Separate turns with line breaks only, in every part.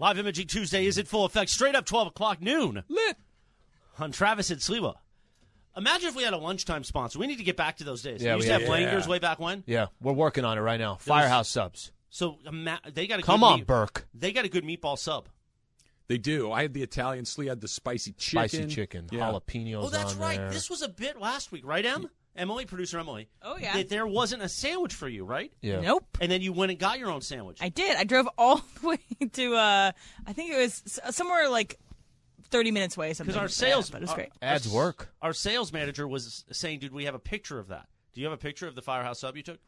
Live Imaging Tuesday is in full effect, straight up 12 o'clock noon
Lit.
on Travis and Sliwa. Imagine if we had a lunchtime sponsor. We need to get back to those days.
Yeah,
we used
we
to have
have- yeah.
Langers way back when.
Yeah, we're working on it right now. Firehouse subs.
So ima- they got a
Come
good
on,
meat-
Burke.
They got a good meatball sub.
They do. I had the Italian. Slee had the spicy chicken.
Spicy chicken,
Yeah.
jalapenos.
Oh, that's
on
right.
there.
This was a bit last week, right, Em? Emily, producer Emily.
Oh, yeah.
That there wasn't a sandwich for you, right?
yeah.
Nope.
And then you went and got your own sandwich.
I did. I drove all the way to, uh, I think it was s- uh, somewhere like 30 minutes away. Because
our sales-
But it's
our-
great.
Ads work.
Our sales manager was saying, "Dude, we have a picture of that. Do you have a picture of the firehouse sub you took?"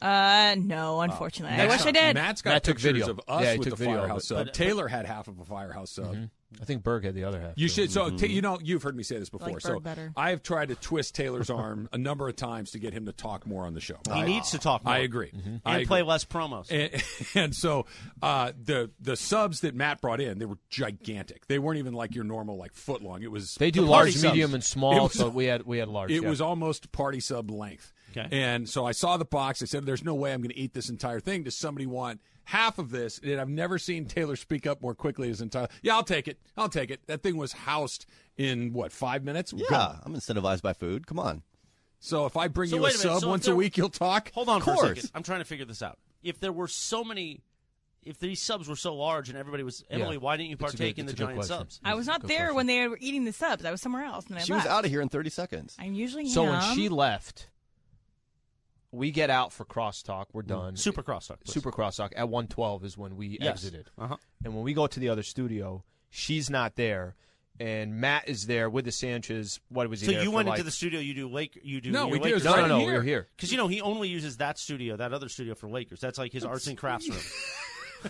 Uh, no, unfortunately. I
Matt's
wish I
got-
did.
Matt's got
Matt took
pictures
video.
of us
Yeah, he
with
took
the
video of
firehouse
it. Mm-hmm.
sub.
But- uh,
Taylor had half of a firehouse sub.
I think Berg had the other half.
You should.
Mm-hmm.
So ta you know, you've heard me say this before.
Like
so
Bird better.
I have tried to twist Taylor's arm a number of times to get him to talk more on the show.
He
I,
needs to talk more.
I agree.
Mm-hmm.
I
And
agree.
play less promos.
And, and so uh, the the subs that Matt brought in, they were gigantic. They weren't even like your normal like foot long. It was
They do
the
large,
party subs.
medium, and
It
small.
was-
so we had we had large.
It
yeah.
was almost party sub length.
Okay.
And so I saw the box. I said, "There's no way I'm going to eat this entire thing." Does somebody want half of this? And I've never seen Taylor speak up more quickly as entire. Yeah, I'll take it. I'll take it. That thing was housed in what five minutes?
Yeah,
Gone.
I'm incentivized by food. Come on.
So if I bring
So
you a
wait a minute.
sub
So if
once a
there-
week, you'll talk.
Hold on
Of
for a second.
course.
I'm trying to figure this out. If there were so many, if these subs were so large and everybody was Emily, why didn't you
It's a good-
partake in the
it's a good
giant
question.
subs?
I was not there when they were eating the subs. I was somewhere else. And I
She was
left.
out of here in 30 seconds.
I'm usually
So when
numb.
she left, we get out for crosstalk. We're done.
Super crosstalk. please.
super crosstalk at 112 is when we
Yes.
exited.
Uh-huh.
And when we go to the other studio, she's not there, and Matt is there with the Sanchez. What was he?
So
there
you
for
went
like,
into the studio. You do Lake. You do.
No,
your
we did.
Lakers.
It's
No, no,
right
no.
here.
We were here.
Because you know he only uses that studio, that other studio for Lakers. That's like his arts and crafts room.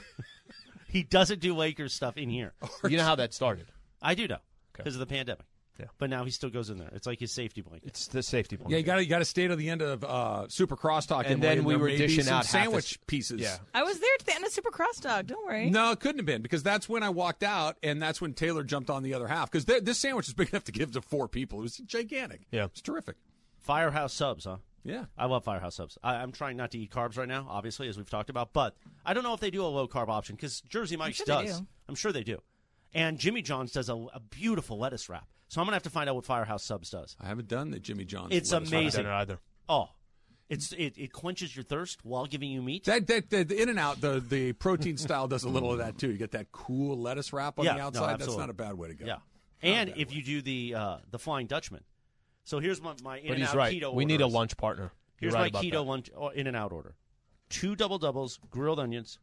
he doesn't do Lakers stuff in here.
You know how that started.
I do know because of the pandemic.
Yeah.
But now he still goes in there. It's like his safety blanket.
It's the safety point.
Yeah, you got to you got to stay to the end of uh, Super Crosstalk,
And
Emily,
then we
there
were
may be
dishing
some
out half a
sandwich
s-
pieces.
Yeah.
I was there at the end of Super Crossdog. Don't worry.
No, it couldn't have been because that's when I walked out, and that's when Taylor jumped on the other half because this sandwich is big enough to give to four people. It was gigantic.
Yeah.
it's terrific.
Firehouse subs, huh?
Yeah,
I love Firehouse subs. I, I'm trying not to eat carbs right now, obviously, as we've talked about. But I don't know if they do a low carb option because Jersey Mike's
sure they
does.
do.
I'm sure they do. And Jimmy John's does a, a beautiful lettuce wrap. So I'm gonna have to find out what Firehouse subs does.
I haven't done the Jimmy John's.
It's
lettuce.
Not
amazing.
done it either.
Oh, it's it, it quenches your thirst while giving you meat.
That, that, that the In and Out the the protein style does a little of that too. You get that cool lettuce wrap on
Yeah,
the
no,
outside. that's
absolutely.
not a bad way to go.
yeah. And if you do the uh, the Flying Dutchman, so here's my my in
But
and
he's
out
right.
keto.
We need a
orders.
lunch partner. You're
Here's
right
my
about
keto
that.
lunch or in and out order: two double doubles, grilled onions,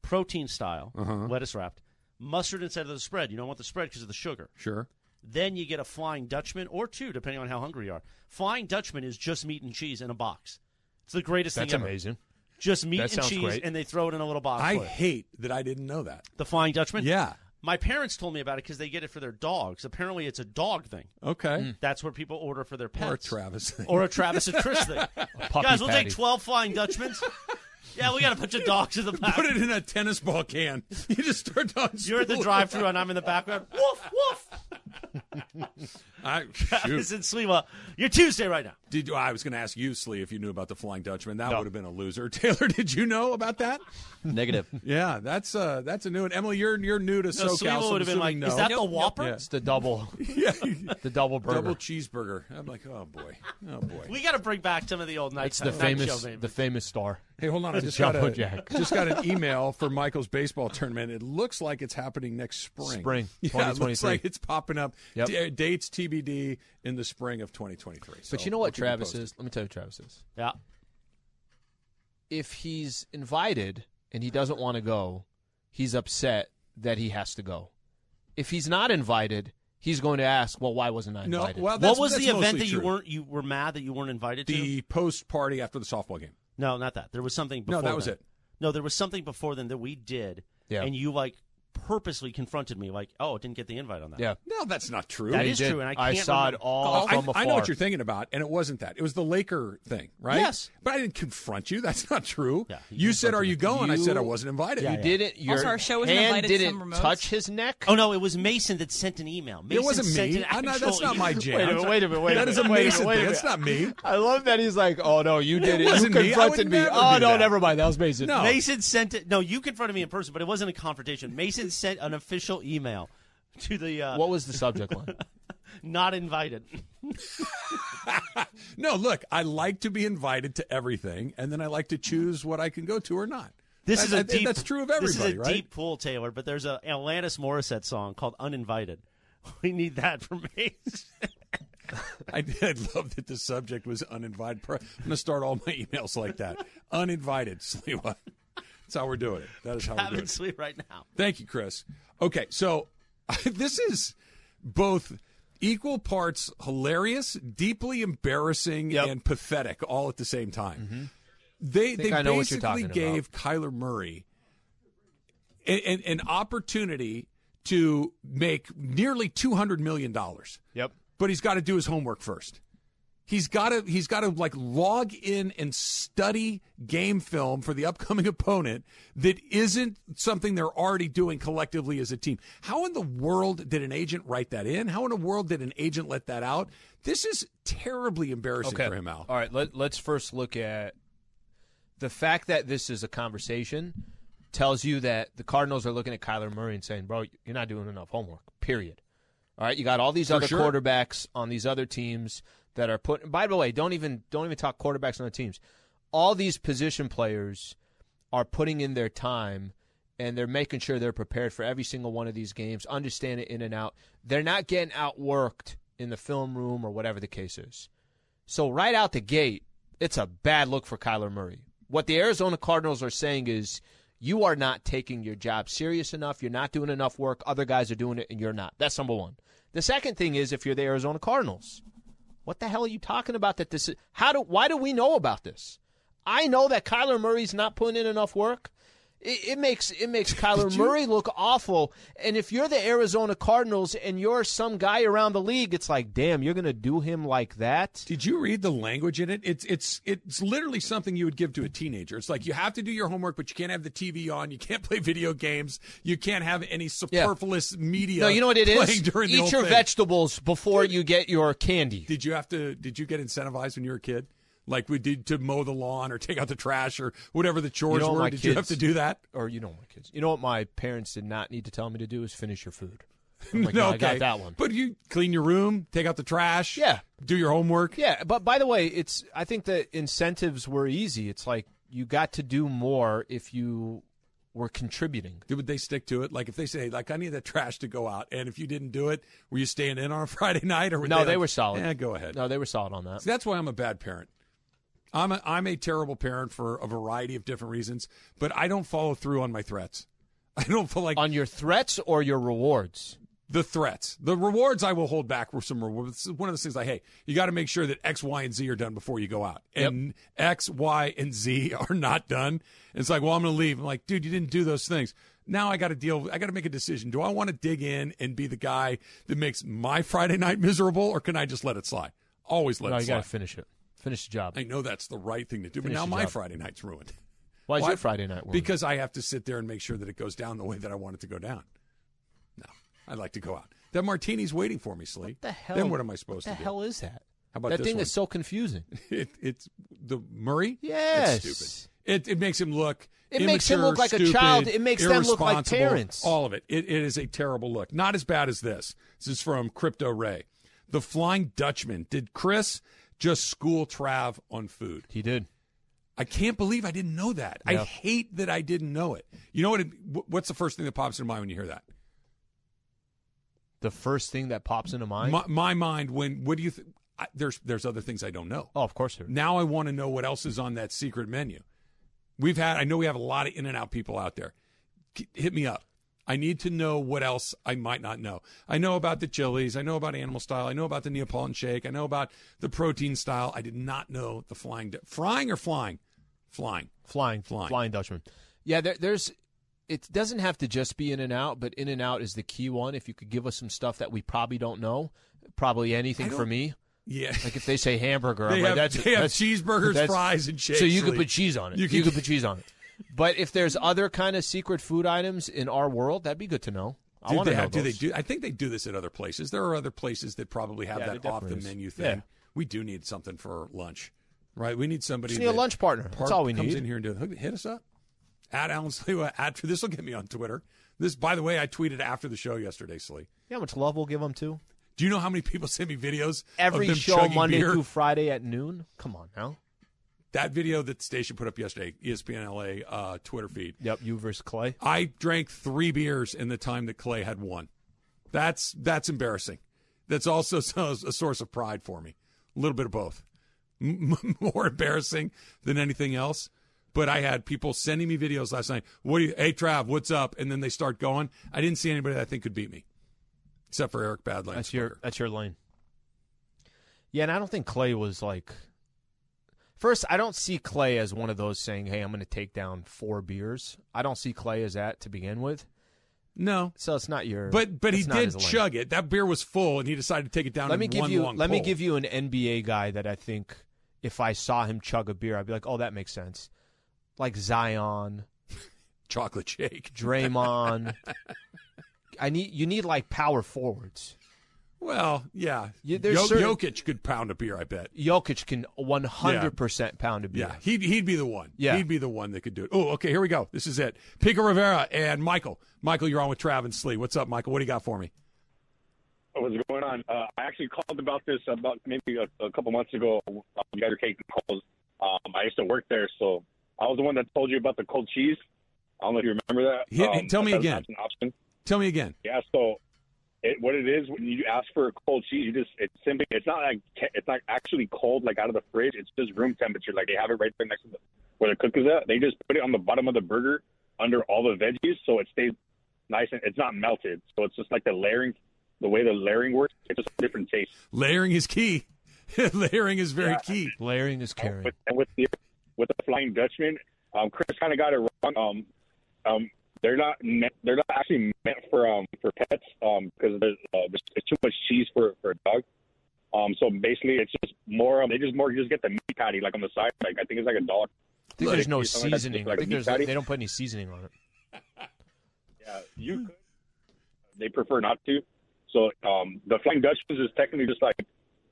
protein style,
Uh-huh.
lettuce wrapped, mustard instead of the spread. You don't want the spread because of the sugar.
sure.
Then you get a Flying Dutchman or two, depending on how hungry you are. Flying Dutchman is just meat and cheese in a box. It's the greatest
That's
thing ever.
amazing.
Just meat
That
and
sounds
cheese,
great.
and they throw it in a little box.
I
for you.
hate that I didn't know that.
the Flying Dutchman.
Yeah.
My parents told me about it because they get it for their dogs. Apparently, it's a dog thing.
Mm.
Okay.
That's what people order for their pets.
Or a Travis. thing.
Or a Travis and Chris thing.
Puppy
Guys, we'll
patty.
take 12 Flying Dutchmans. yeah, we got a bunch of dogs in the back.
Put it in a tennis ball can. You just start on.
You're at the drive thru and I'm in the background. Woof, woof.
I,
This
shoot.
in Sliwa. You're Tuesday right now.
Did you, I was going to ask you, Slee, if you knew about the Flying Dutchman. That would have been a loser. Taylor, did you know about that?
Negative.
Yeah, that's uh, that's a new one. Emily, you're you're new to
No,
SoCal.
Sliwa
so I'm
would have been like,
assuming
is
no.
that the Whopper?
Yeah.
It's the double, the double burger.
double cheeseburger? I'm like, oh boy, oh boy.
We got to bring back some of the old nights.
it's the famous, the famous star.
Hey, hold on. I just got,
Jumbo
a,
Jack.
just got an e- email for Michael's baseball tournament. It looks like it's happening next spring.
Spring,
Yeah, it looks
2023.
like it's popping up.
Yep.
D- dates TBD in the spring of 2023.
But
So
you know
we'll
what
keep you
Travis
posted.
is? Let me tell you, what Travis is.
yeah.
If he's invited and he doesn't want to go, he's upset that he has to go. If he's not invited, he's going to ask, "Well, why wasn't I
No,
invited?"
well,
What
that's-
was
that's
the event
mostly
that you
true.
weren't? You were mad that you weren't invited to?
The post party after the softball game.
No, not that. There was something before.
No, that was
then.
it.
No, there was something before then that we did,
Yeah.
and you like purposely confronted me, like, "Oh, it didn't get the invite on that."
Yeah.
No, that's not true.
That
He
is
did.
true, and I
I
can't
saw it
remember-
all
Oh, I,
from afar.
I know what you're thinking about, and it wasn't that. It was the Laker thing, right?
Yes.
But I didn't confront you. That's not true.
Yeah, you
you said, Are you going? I said, I
You-
wasn't invited.
You didn't. Your
Also, our show wasn't
hand
invited to
didn't
some remotes.
touch his neck.
Oh no, it was Mason that sent an email. Mason
wasn't
sent
me.
An
I'm not-
actual
that's not my
email.
jam. Wait a minute,
wait a minute, wait
That is a Mason thing. That's not me.
I love that he's like, oh no, you did it. You
wasn't me. I would
confronted me.
never
Oh
do
no,
that.
never mind. That was Mason.
No.
Mason sent it. No, you confronted me in person, but it wasn't a confrontation. Mason sent an official email to the uh,
What was the subject line?
not invited.
No, look, I like to be invited to everything, and then I like to choose what I can go to or not.
This
I-
is
I
a
think
deep.
That's true of everybody,
This is a
right?
deep pool, Taylor. But there's a Alanis Morissette song called "Uninvited." We need that for Mason.
I did love that the subject was uninvited. Pro- I'm going to start all my emails like that. uninvited, Sliwa. That's how we're doing it. That is how we're
Have
doing
it
it.
sleep right now.
Thank you, Chris. Okay, so this is both equal parts hilarious, deeply embarrassing,
Yep.
and pathetic all at the same time.
Mm-hmm.
They they
I know what you're
basically
talking about.
gave Kyler Murray a- an, an opportunity to make nearly two hundred million dollars
Yep.
but he's got to do his homework first. He's got to he's got to like log in and study game film for the upcoming opponent that isn't something they're already doing collectively as a team. How in the world did an agent write that in? How in the world did an agent let that out? This is terribly embarrassing for him, Al.
All right, let, let's first look at the fact that this is a conversation tells you that the Cardinals are looking at Kyler Murray and saying, bro, you're not doing enough homework, period. All right, you got all these other
sure.
quarterbacks on these other teams that are put. By the way, don't even don't even talk quarterbacks on the teams. All these position players are putting in their time and they're making sure they're prepared for every single one of these games, understand it in and out. They're not getting outworked in the film room or whatever the case is. So right out the gate, it's a bad look for Kyler Murray. What the Arizona Cardinals are saying is you are not taking your job serious enough. You're not doing enough work. Other guys are doing it and you're not. That's number one. The second thing is if you're the Arizona Cardinals, what the hell are you talking about that this is how do why do we know about this? I know that Kyler Murray's not putting in enough work. It, it makes it makes Kyler Murray look awful. And if you're the Arizona Cardinals and you're some guy around the league, it's like, damn, you're gonna do him like that.
Did you read the language in it? It's it's it's literally something you would give to a teenager. It's like you have to do your homework, but you can't have the TV on, you can't play video games, you can't have any superfluous media.
No, you know what it is.
playing During the whole
Eat your
thing.
vegetables before you get your candy.
Did you have to? Did you get incentivized when you were a kid? Like we did to mow the lawn or take out the trash or whatever the chores
You know what
were.
my
Did you have
kids-
to do that?
or you know, my kids. You know what my parents did not need to tell me to do is finish your food. I'm like, no, I got
okay.
that one.
But you clean your room, take out the trash.
Yeah.
Do your homework.
Yeah, but by the way, it's I think the incentives were easy. It's like you got to do more if you were contributing.
Would they stick to it? Like if they say, like, I need that trash to go out, and if you didn't do it, were you staying in on a Friday night or? Were
no, they,
like,
were solid.
Yeah, Eh, go ahead.
No, they were solid on that.
See, that's why I'm a bad parent. I'm a, I'm a terrible parent for a variety of different reasons, but I don't follow through on my threats. I don't feel like
on your threats or your rewards.
the threats. The rewards I will hold back with some rewards. This is One of those things like, hey, you got to make sure that X, Y, and Z are done before you go out. And X, Y, and Z are not done. It's like, well, I'm going to leave. I'm like, dude, you didn't do those things. Now I got to deal. I got to make a decision. Do I want to dig in and be the guy that makes my Friday night miserable, or can I just let it slide? Always let
no,
it
you got
slide.
to finish it. Finish the job.
I know that's the right thing to do, but
Finish
now
the
my
job.
Friday night's ruined
Why is
Why-
your Friday night work?
because I have to sit there and make sure that it goes down the way that I want it to go down. No, I like to go out. That martini's waiting for me, Slee.
the hell?
Then what am I supposed
the
to do?
hell is that?
How about
that
this
thing
one?
is so confusing.
It, it's the Murray.
Yes.
it's stupid. It, it makes him look.
It makes him
immature,
look like a
stupid,
child. It makes them look like
irresponsible,
parents.
All of it. it. It is a terrible look. Not as bad as this. This is from Crypto Ray, the Flying Dutchman. Did Chris just school Trav on food?
He did.
I can't believe I didn't know that. I
Yeah.
hate that I didn't know it. You know what? It, wh- what's the first thing that pops into mind when you hear that?
The first thing that pops into mind.
My, my mind. When what do you? Th- I, there's there's other things I don't know.
oh, of course. There is.
Now I want to know what else is on that secret menu. We've had, I know we have a lot of In and Out people out there. K- Hit me up. I need to know what else I might not know. I know about the chilies. I know about animal style. I know about the Neapolitan shake. I know about the protein style. I did not know the flying, du- frying or flying? Flying.
Flying,
Flying.
flying Dutchman. Yeah, there, there's it doesn't have to just be in and out, but in and out is the key one. If you could give us some stuff that we probably don't know, probably anything for me.
Yeah.
Like if they say hamburger,
They
I'm
have-
like, that's,
they have
that's-
cheeseburgers, fries, and shakes,
So you could
Lee.
put cheese on it.
You
You
could-
could, put cheese on it. But if there's other kind of secret food items in our world, that'd be good to know. I
Do
want
they
to know.
have- do they
those.
do? I think they do this at other places. There are other places that probably have
Yeah,
that
there
off the
definitely is.
menu thing.
Yeah.
We do need something for lunch, right? We need somebody.
Just need a
that
lunch partner. That's all we
comes
need.
in here and do it. Hit us up at Alan Slewa. At this will get me on Twitter. This, by the way, I tweeted after the show yesterday, Slee.
You know how much love we'll give them too?
Do you know how many people sent me videos of
Every
them
show
chugging
Monday
beer?
through Friday at noon. Come on now.
That video that the station put up yesterday, E ESPN LA uh, Twitter feed.
Yep, you versus Clay.
I drank three beers in the time that Clay had one. That's that's embarrassing. That's also so- a source of pride for me. A little bit of both. M- m- More embarrassing than anything else. But I had people sending me videos last night. What do you, hey Trav, what's up? And then they start going. I didn't see anybody that I think could beat me, except for Eric Badlands.
That's your that's your lane. Yeah, and I don't think Clay was like. First, I don't see Clay as one of those saying, "Hey, I'm going to take down four beers." I don't see Clay as that to begin with.
no.
So it's not your.
But but he
it's not his
did
lane.
chug it. That beer was full, and he decided to take it down.
Let me
in
give
one
you.
long
Let me
pull.
give you an NBA guy that I think if I saw him chug a beer, I'd be like, "Oh, that makes sense." Like Zion,
chocolate shake.
Draymond. I need you need like power forwards.
Well, yeah.
Yeah, there's
Jo-
certain-
Jokic could pound a beer, I bet.
Jokic can 100% pound a beer.
Yeah, he'd he'd be the one.
Yeah.
he'd be the one that could do it. Oh, okay, here we go. This is it. Pico Rivera and Michael. Michael, you're on with Trav and Slee. What's up, Michael? What do you got for me?
What's going on? Uh, I actually called about this about maybe a, a couple months ago. Um, you guys are taking calls. Um, I used to work there, so I was the one that told you about the cold cheese. I don't know if you remember Um, that.
Hit- hit- tell me
that's
again.
An option.
Tell me again.
Yeah. So, it, what it is when you ask for a cold cheese, you just it's simply it's not like ca- it's not actually cold like out of the fridge. It's just room temperature. Like they have it right there next to the, where the cook is at. They just put it on the bottom of the burger under all the veggies, so it stays nice and it's not melted. So it's just like the layering, the way the layering works. It's just a different taste.
Layering is key. Layering is very key.
Layering is caring.
with, and with the with the Flying Dutchman, um, Chris kind of got it wrong. Um, um, they're not meant, they're not actually meant for um for pets um because there's, uh, there's there's too much cheese for for a dog. Um, so basically, it's just more. Um, they just more just get the meat patty like on the side. Like I think it's like a dog.
I think
Like,
there's no
it's something that's just
seasoning.
like
I
a
think
meat
there's
patty.
they don't put any seasoning on it.
Yeah, you
Hmm.
could. They prefer not to. So um, the Flying Dutchman is technically just like,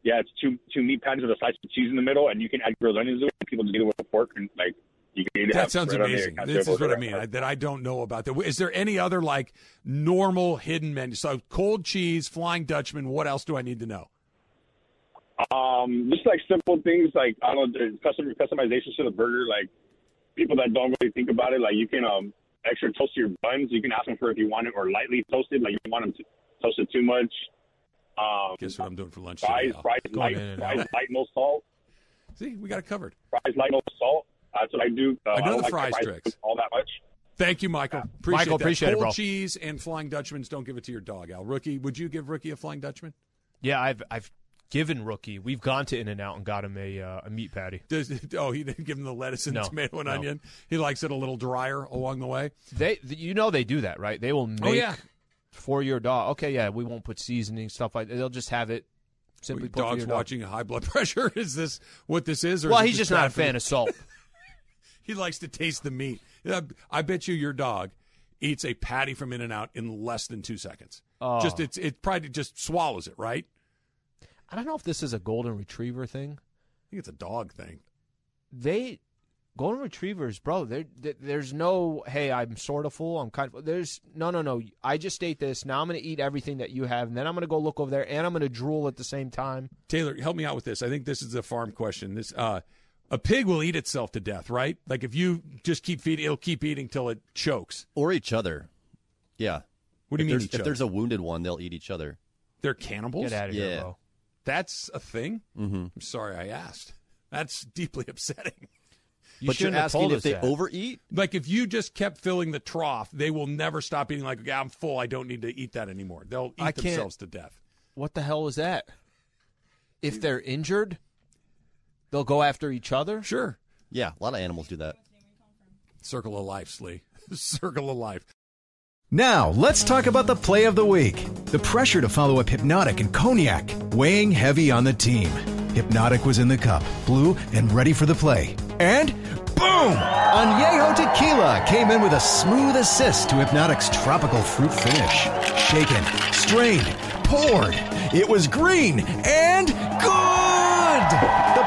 yeah, it's two two meat patties with a slice of cheese in the middle, and you can add grilled onions to it. People just eat it with a fork and like. You can either
That
have
sounds
bread on there,
amazing.
kind of
This is
dribble
what I
it
mean
around.
I, that I don't know about. That is there any other like normal hidden menu? So cold cheese, Flying Dutchman. What else do I need to know?
Um, just like simple things like I don't know, custom customizations to the burger. Like people that don't really think about it, like you can um extra toast your buns. You can ask them for if you want it or lightly toasted. Like you don't want them to, toasted too much. Um,
Guess what I'm doing for lunch
fries,
today. Al.
fries
Going
light,
in and
fries light, no salt.
See, we got it covered.
Fries light, no salt. That's what I do. Uh,
I know
don't
the
like
fries
fries
tricks.
all that much.
Thank you, Michael. Appreciate
Michael,
that.
appreciate it,
Cold
bro.
cheese and Flying Dutchmans. Don't give it to your dog, Al. Rookie, would you give Rookie a Flying Dutchman?
Yeah, I've I've given rookie. We've gone to In and Out and got him a uh, a meat patty.
Does, oh, he didn't give him the lettuce and
No,
tomato and
no.
onion. He likes it a little drier along the way.
They th- you know they do that, right? They will make
Oh, yeah.
for your dog. Okay, yeah, we won't put seasoning stuff like that. They'll just have it simply put for
Dogs
your dog.
watching high blood pressure. Is this what this is? Or
Well,
is it
he's just not a
bad for
fan of salt.
the- He likes to taste the meat. Yeah, I bet you your dog eats a patty from In and Out in less than two seconds.
Oh.
Just it's it probably just swallows it, right?
I don't know if this is a golden retriever thing.
I think it's a dog thing.
they golden retrievers, bro. There, there- there's no hey, I'm sort of full. I'm kind of. There's no, no, no. I just ate this. Now I'm gonna eat everything that you have, and then I'm gonna go look over there, and I'm gonna drool at the same time.
Taylor, help me out with this. I think this is a farm question. This uh, a pig will eat itself to death, right? Like if you just keep feeding, it'll keep eating till it chokes.
Or each other. Yeah.
What do
if
you mean?
There's,
each
if
other?
there's a wounded one, they'll eat each other.
They're cannibals.
Get out of here,
Yeah.
bro.
That's a thing. Mm-hmm. I'm sorry I asked. That's deeply upsetting.
You
but you're
shouldn't have
asking
told
if
us
they
that.
overeat?
Like if you just kept filling the trough, they will never stop eating. Like, yeah, I'm full. I don't need to eat that anymore. They'll eat
I can't-
themselves to death.
What the hell was that? If they're injured, they'll go after each other.
Sure.
Yeah, a lot of animals do that.
Circle of life, Slee. Circle of life.
Now, let's talk about the play of the week. The pressure to follow up Hypnotic and Cognac, weighing heavy on the team. Hypnotic was in the cup, blue, and ready for the play. And boom! Añejo Tequila came in with a smooth assist to Hypnotic's tropical fruit finish. Shaken, strained, poured. It was green and good! The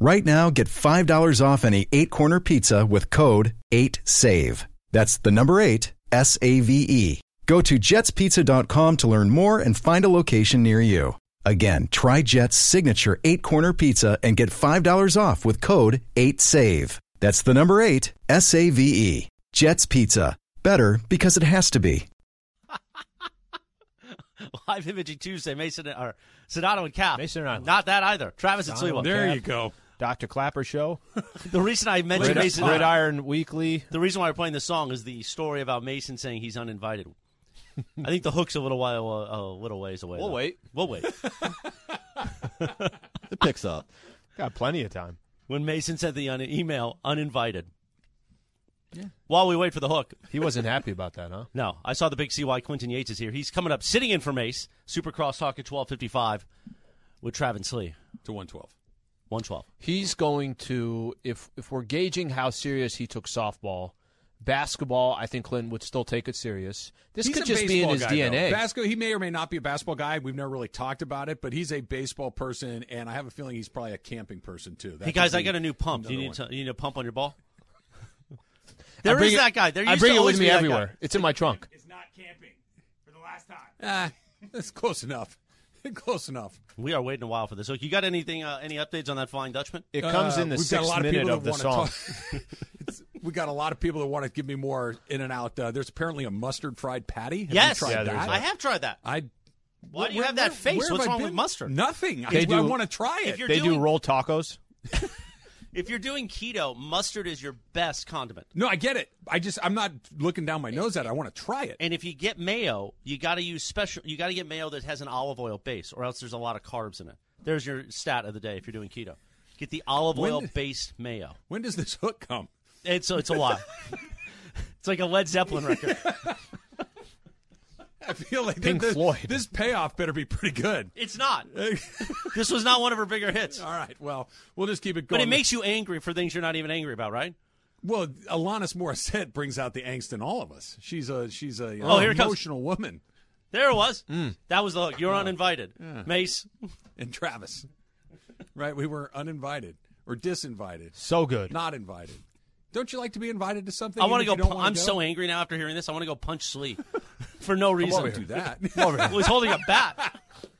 Right now, get $5 off any eight corner pizza with code 8SAVE. That's the number eight, S A V E. Go to jetspizza.com to learn more and find a location near you. Again, try Jet's signature eight corner pizza and get $5 off with code 8SAVE. That's the number eight, S A V E. Jet's Pizza. Better because it has to be.
Live imaging Tuesday, Mason or Sonato and Cap.
Mason and Island.
Not that either. Travis and Sliwa.
There you go.
Dr. Clapper Show,
The reason I mentioned
Red,
Mason,
Iron Weekly.
the reason why we're playing this song is the story about Mason saying he's uninvited. I think the hook's a little while, uh, a little ways away.
We'll
though.
wait.
We'll wait.
It picks up.
Got plenty of time.
when Mason sent the un- email uninvited. While we wait for the hook.
He wasn't happy about that, huh?
No, I saw the big CY Quinton Yates is here. He's coming up sitting in for Mace, Supercross Talk at 1255 with Travis Lee,
To 112.
112.
He's going to if if we're gauging how serious he took softball, basketball. I think Clinton would still take it serious. This
He's
could
a
just be in
baseball
his
guy,
DNA.
though. Basco- he may or may not be a basketball guy. We've never really talked about it, but he's a baseball person, and I have a feeling he's probably a camping person too. That
Hey, guys,
could
I
be
got a new pump. Do you
another
need,
one.
to, you need a pump on your ball?
I
There
bring
is
it-
that guy. There
I
used
bring
to
it with
always
me
be that guy.
everywhere. It's in my trunk.
Ah, that's close enough. close enough.
We are waiting a while for this. Look, you got anything? Uh, any updates on that Flying Dutchman?
It comes
Uh,
in the
we've got a
sixth
lot of
minute
people
of the
that wanna
song.
talk- It's- we got a lot of people that want to give me more in and out. Uh, there's apparently a mustard fried patty. Have you
yes,
tried
Yeah, there's
that?
I have tried that.
I.
Why do you
where-
have that
where-
face?
where
What's
have I
wrong with
been?
mustard?
Nothing.
They
I,
do-
want to try
If
it.
you're
They do
doing-
roll tacos.
If you're doing keto, mustard is your best condiment.
No, I get it. I just I'm not looking down my nose at. it. I want to try it.
And if you get mayo, you got to use special. You got to get mayo that has an olive oil base, or else there's a lot of carbs in it. There's your stat of the day if you're doing keto. Get the olive
When
oil
did-
based mayo.
when does this hook come?
It's it's a lot. it's like a Led Zeppelin record.
I feel like
Pink
this,
Floyd.
This payoff better be pretty good.
It's not. This was not one of her bigger hits.
All right. Well, we'll just keep it
But
going.
it makes you angry for things you're not even angry about, right?
well. Alanis Morissette brings out the angst in all of us. She's a she's a
Oh,
uh,
here it comes.
emotional woman.
There it was. That was the hook. You're uninvited, Mace.
Mm. Oh. And Travis, right? We were uninvited or disinvited,
So good.
not invited. Don't you like to be invited to something?
I want to
even if
go.
you don't
Pu-
wanna
I'm
go?
so angry now after hearing this. I want to go punch Slee for no
I won't
reason.
do that.
Well, he's holding a bat.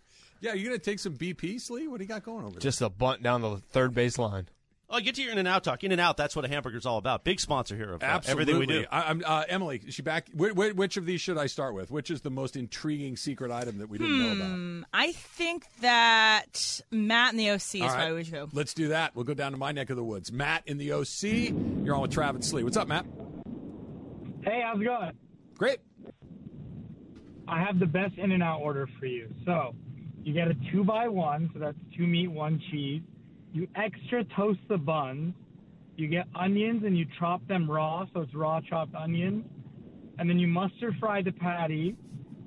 yeah, you gonna take some BP, Slee? What do you got going over there?
Just a bunt down the third baseline.
Oh, get to your In and Out talk. In and Out, that's what a hamburger's all about. Big sponsor here of uh, everything we do.
I, I'm, uh, Emily, is she back. Wh- wh- which of these should I start with? Which is the most intriguing secret item that we didn't know about?
Um, I think that Matt and the OC is
All right.
why we should.
Let's do that. We'll go down to my neck of the woods. Matt in the OC. You're on with Travis Slee. What's up, Matt?
Hey, how's it going?
Great.
I have the best In and Out order for you. So, you get a two by one, so that's two meat, one cheese. You extra toast the buns. You get onions and you chop them raw, so it's raw chopped onions. And then you mustard fry the patty.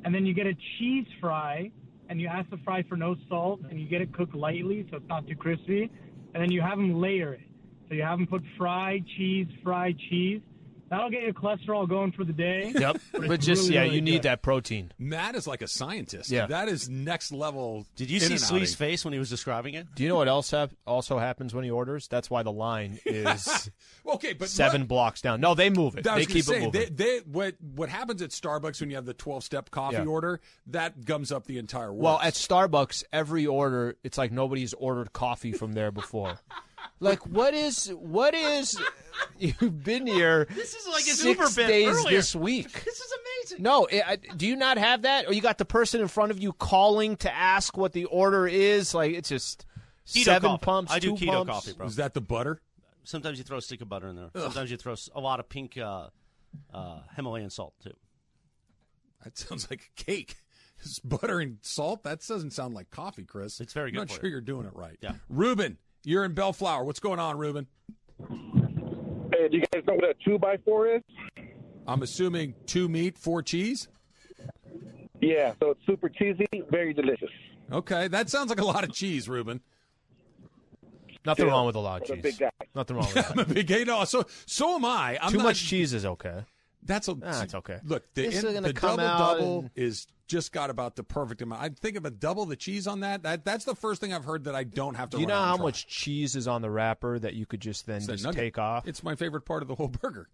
And then you get a cheese fry, and you ask the fry for no salt, and you get it cooked lightly, so it's not too crispy. And then you have them layer it. So you have them put fried cheese, fried cheese. That'll get your cholesterol going for the day.
Yep. but
it's
just
really,
yeah,
really
you need
good.
that protein.
Matt is like a scientist.
Yeah.
That is next level.
Did you
in
see
and
Slee's
outing.
face when he was describing it?
Do you know what else hap- also happens when he orders? That's why the line is
Okay, but
seven
look-
blocks down. No, they move it.
that
They
was gonna
keep
say,
it moving.
They, they, what what happens at Starbucks when you have the twelve step coffee
Yeah.
order that gums up the entire world.
Well, at Starbucks, every order, it's like nobody's ordered coffee from there before. like, what is, what is, you've been here
This is like his
six
Uber bit
days
earlier.
this week.
This is amazing.
No, i I, do you not have that, or you got the person in front of you calling to ask what the order is? Like it's just
Keto
seven
coffee.
pumps,
I do
two
keto
pumps.
coffee, bro.
Is that the butter?
Sometimes you throw a stick of butter in there. Sometimes you throw s- a lot of pink uh, uh, Himalayan salt too.
That sounds like a cake. It's butter and salt. That doesn't sound like coffee, Chris.
It's very
I'm
good
not
for
sure
you.
are doing it right.
Yeah.
Ruben, you're in Bellflower. What's going on, Ruben?
Hey, do you guys know what a two by four is?
I'm assuming two meat, four cheese.
Yeah, so it's super cheesy, very delicious.
Okay, that sounds like a lot of cheese, Ruben.
Nothing
Yeah.
wrong with a lot of
I'm a
cheese.
big guy.
Nothing wrong with
I'm
that.
a big eight. No, so so am I. I'm
Too
not-
much cheese is okay.
That's a
Ah, it's okay.
Look, the,
This is
in,
gonna
the
come
double
out
double
and-
is just got about the perfect amount. I think of a double the cheese on that. That that's the first thing I've heard that I don't have to.
Do you
run
know
out and
how
try.
much cheese is on the wrapper that you could just then
It's that
just
nugget.
take off?
It's my favorite part of the whole burger.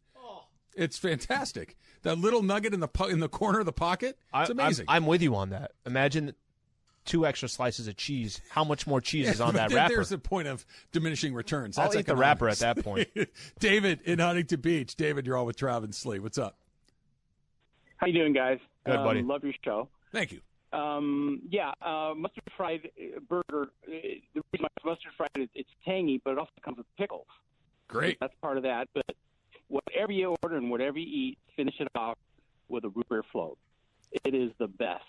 It's fantastic. That little nugget in the po- in the corner of the pocket.
I-
It's amazing.
I'm, I'm with you on that. Imagine two extra slices of cheese. How much more cheese is on
But
that
then
wrapper?
There's the point of diminishing returns.
I'll
That's
eat the wrapper at that point.
economics. David in Huntington Beach. David, you're on with Trav and Slee. What's up?
How you doing, guys?
Good,
Um,
buddy.
Love your show.
Thank you.
Um, yeah, uh, mustard fried uh, burger. uh, The reason why it's mustard fried is it's tangy, but it also comes with pickles.
Great.
That's part of that. But whatever you order and whatever you eat, finish it off with a root beer float. It is the best.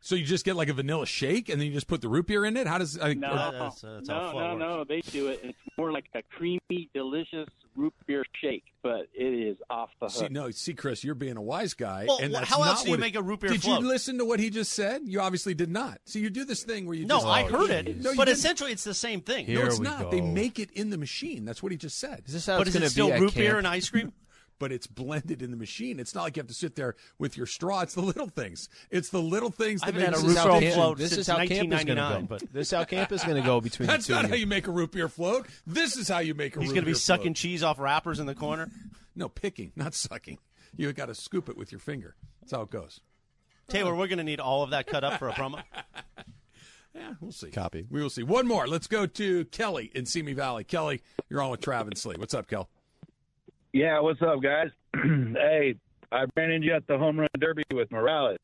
So you just get like a vanilla shake, and then you just put the root beer in it. How does I think?
No,
Yeah, that's- that's how
no,
fun
no,
works.
no. They do it. and It's more like a creamy, delicious root beer shake, but it is off the hook.
See, no, see, Chris, you're being a wise guy.
Well,
and
wh-
that's
how
not
else do you
what it-
make a root beer
Did
float?
you listen to what he just said? You obviously did not. See, you do this thing where you
No,
just,
I
Oh,
heard it,
geez.
No, you
but
didn't.
essentially it's the same thing.
Here
no, it's
we
not. They
go.
make it in the machine. That's what he just said.
is this how
But
it's
is
going
it
to
still
be? at
root beer
camp?
and ice cream?
But it's blended in the machine. It's not like you have to sit there with your straw. It's the little things. It's the little things
I
that
haven't
make
had a
This
the
is
root
how
beer
distinction.
camp-
float
This
since
is how camp is going to
1999,
go.
but-
This is how camp is going to go between
That's
the two
not
of
how you make a root beer float. This is how you make a
He's
root
going to
beer
be sucking
float.
cheese off wrappers in the corner.
No, picking, not sucking. You got to scoop it with your finger. That's how it goes.
Taylor, we're going to need all of that cut up for a promo.
Yeah, we'll see.
Copy.
We will see. One more. Let's go to Kelly in Simi Valley. Kelly, you're on with Trav and Slee. What's up, Kel?
Yeah, what's up, guys? hey, I ran into you at the home run derby with Morales.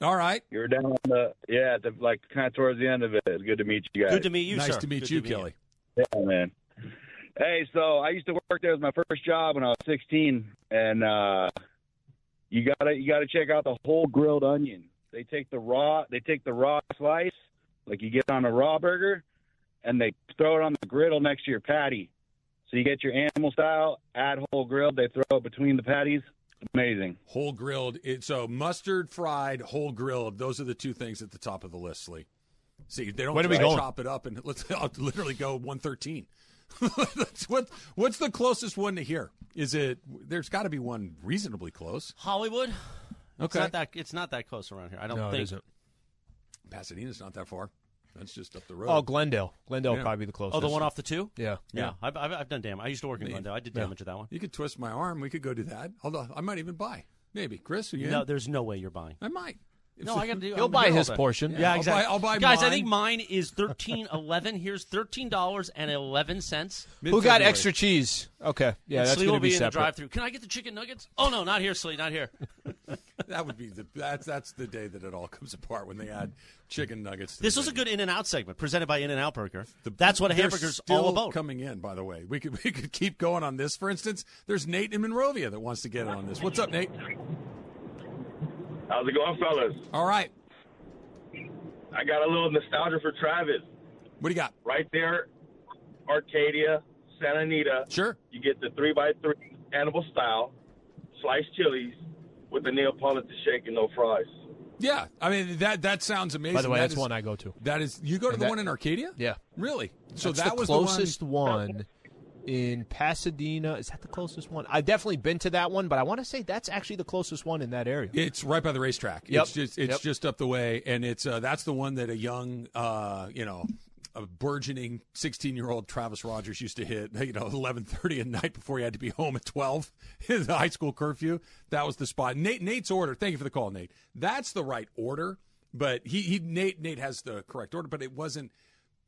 All right.
You were down on the yeah, at the, like kind of towards the end of it. It's good to meet you guys.
Good to meet you,
nice
sir.
to meet
Good
you, Kelly.
Yeah, man. Hey, so I used to work there. It was my first job when I was 16, and uh, you gotta you gotta check out the whole grilled onion. They take the raw they take the raw slice like you get on a raw burger, and they throw it on the griddle next to your patty. So you get your animal style, add whole grilled. They throw it between the patties. Amazing.
Whole grilled. It, so mustard fried, whole grilled. Those are the two things at the top of the list, Slee. See, they don't
Where do we
just
going?
chop it up and let's I'll literally go 113. That's what, what's the closest one to here? Is it? There's got to be one reasonably close.
Hollywood. It's
Okay,
not that. It's not that close around here. I don't
No,
think.
it isn't.
Pasadena's not that far. That's just up the road.
Oh, Glendale. Glendale
Yeah.
will probably be the closest.
Oh, the one off the two.
Yeah.
Yeah, I've, I've, I've done damage. I used to work in Glendale. I did damage to that one.
You could twist my arm. We could go do that. Although I might even buy. Maybe Chris, are you? in?
No, there's no way you're buying.
I might. If
No, I got to do.
He'll
I'm
buy
here all
his
day.
portion.
Yeah,
Yeah, I'll
exactly.
buy- I'll buy
Guys, I
mine.
think mine is thirteen eleven. Here's thirteen dollars and eleven cents.
Who got
Mid-February.
extra cheese? Okay. Yeah, that's
Slee
going
will
to be
in the
separate.
drive-through. Can I get the chicken nuggets? Oh no, not here, Slee. Not here.
That would be the that's that's the day that it all comes apart when they add chicken nuggets. To
This
the
was a
menu.
good In and Out segment presented by In and Out Burger. That's what a
They're
hamburger's
still
all about.
Coming in, by the way, we could we could keep going on this. For instance, there's Nate in Monrovia that wants to get in on this. What's up, Nate?
How's it going, fellas?
All right,
I got a little nostalgia for Travis.
what do you got?
Right there, Arcadia, Santa Anita.
Sure.
You get the three by three animal style, sliced chilies with the Neapolitan shake and no fries.
Yeah, I mean that that sounds amazing.
By the way,
That
that's
is-
one I go to.
That is you go to
And
the
that-
one in Arcadia.
Yeah.
really. So
That's
that
the
was
closest
the
one. in Pasadena. Is that the closest one? I've definitely been to that one, but I want to say that's actually the closest one in that area.
one. It's right by the racetrack.
Yep.
It's just it's
Yep.
just up the way, and it's uh, that's the one that a young uh, you know. A burgeoning 16-year-old Travis Rogers used to hit, you know, 11:30 at night before he had to be home at 12. His high school curfew. That was the spot. Nate, Nate's order. Thank you for the call, Nate. That's the right order, but he, he Nate Nate has the correct order, but it wasn't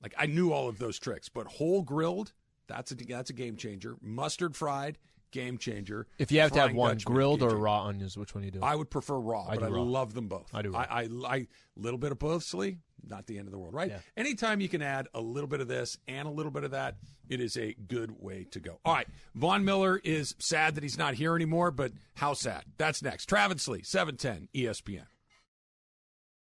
like I knew all of those tricks, but whole grilled, that's a that's a game changer. Mustard fried, game changer.
If you have to have
Frying
one,
Dutchman,
grilled
game
or
changer.
raw onions, which one do you do?
I would prefer raw,
I
but I
do raw.
love them both.
I do raw.
I, I, I- little bit of both, silly, not the end of the world, right?
Yeah.
Anytime you can add a little bit of this and a little bit of that, it is a good way to go. All right, Von Miller is sad that he's not here anymore, but how sad? That's next. Travis Lee, seven ten, E ESPN.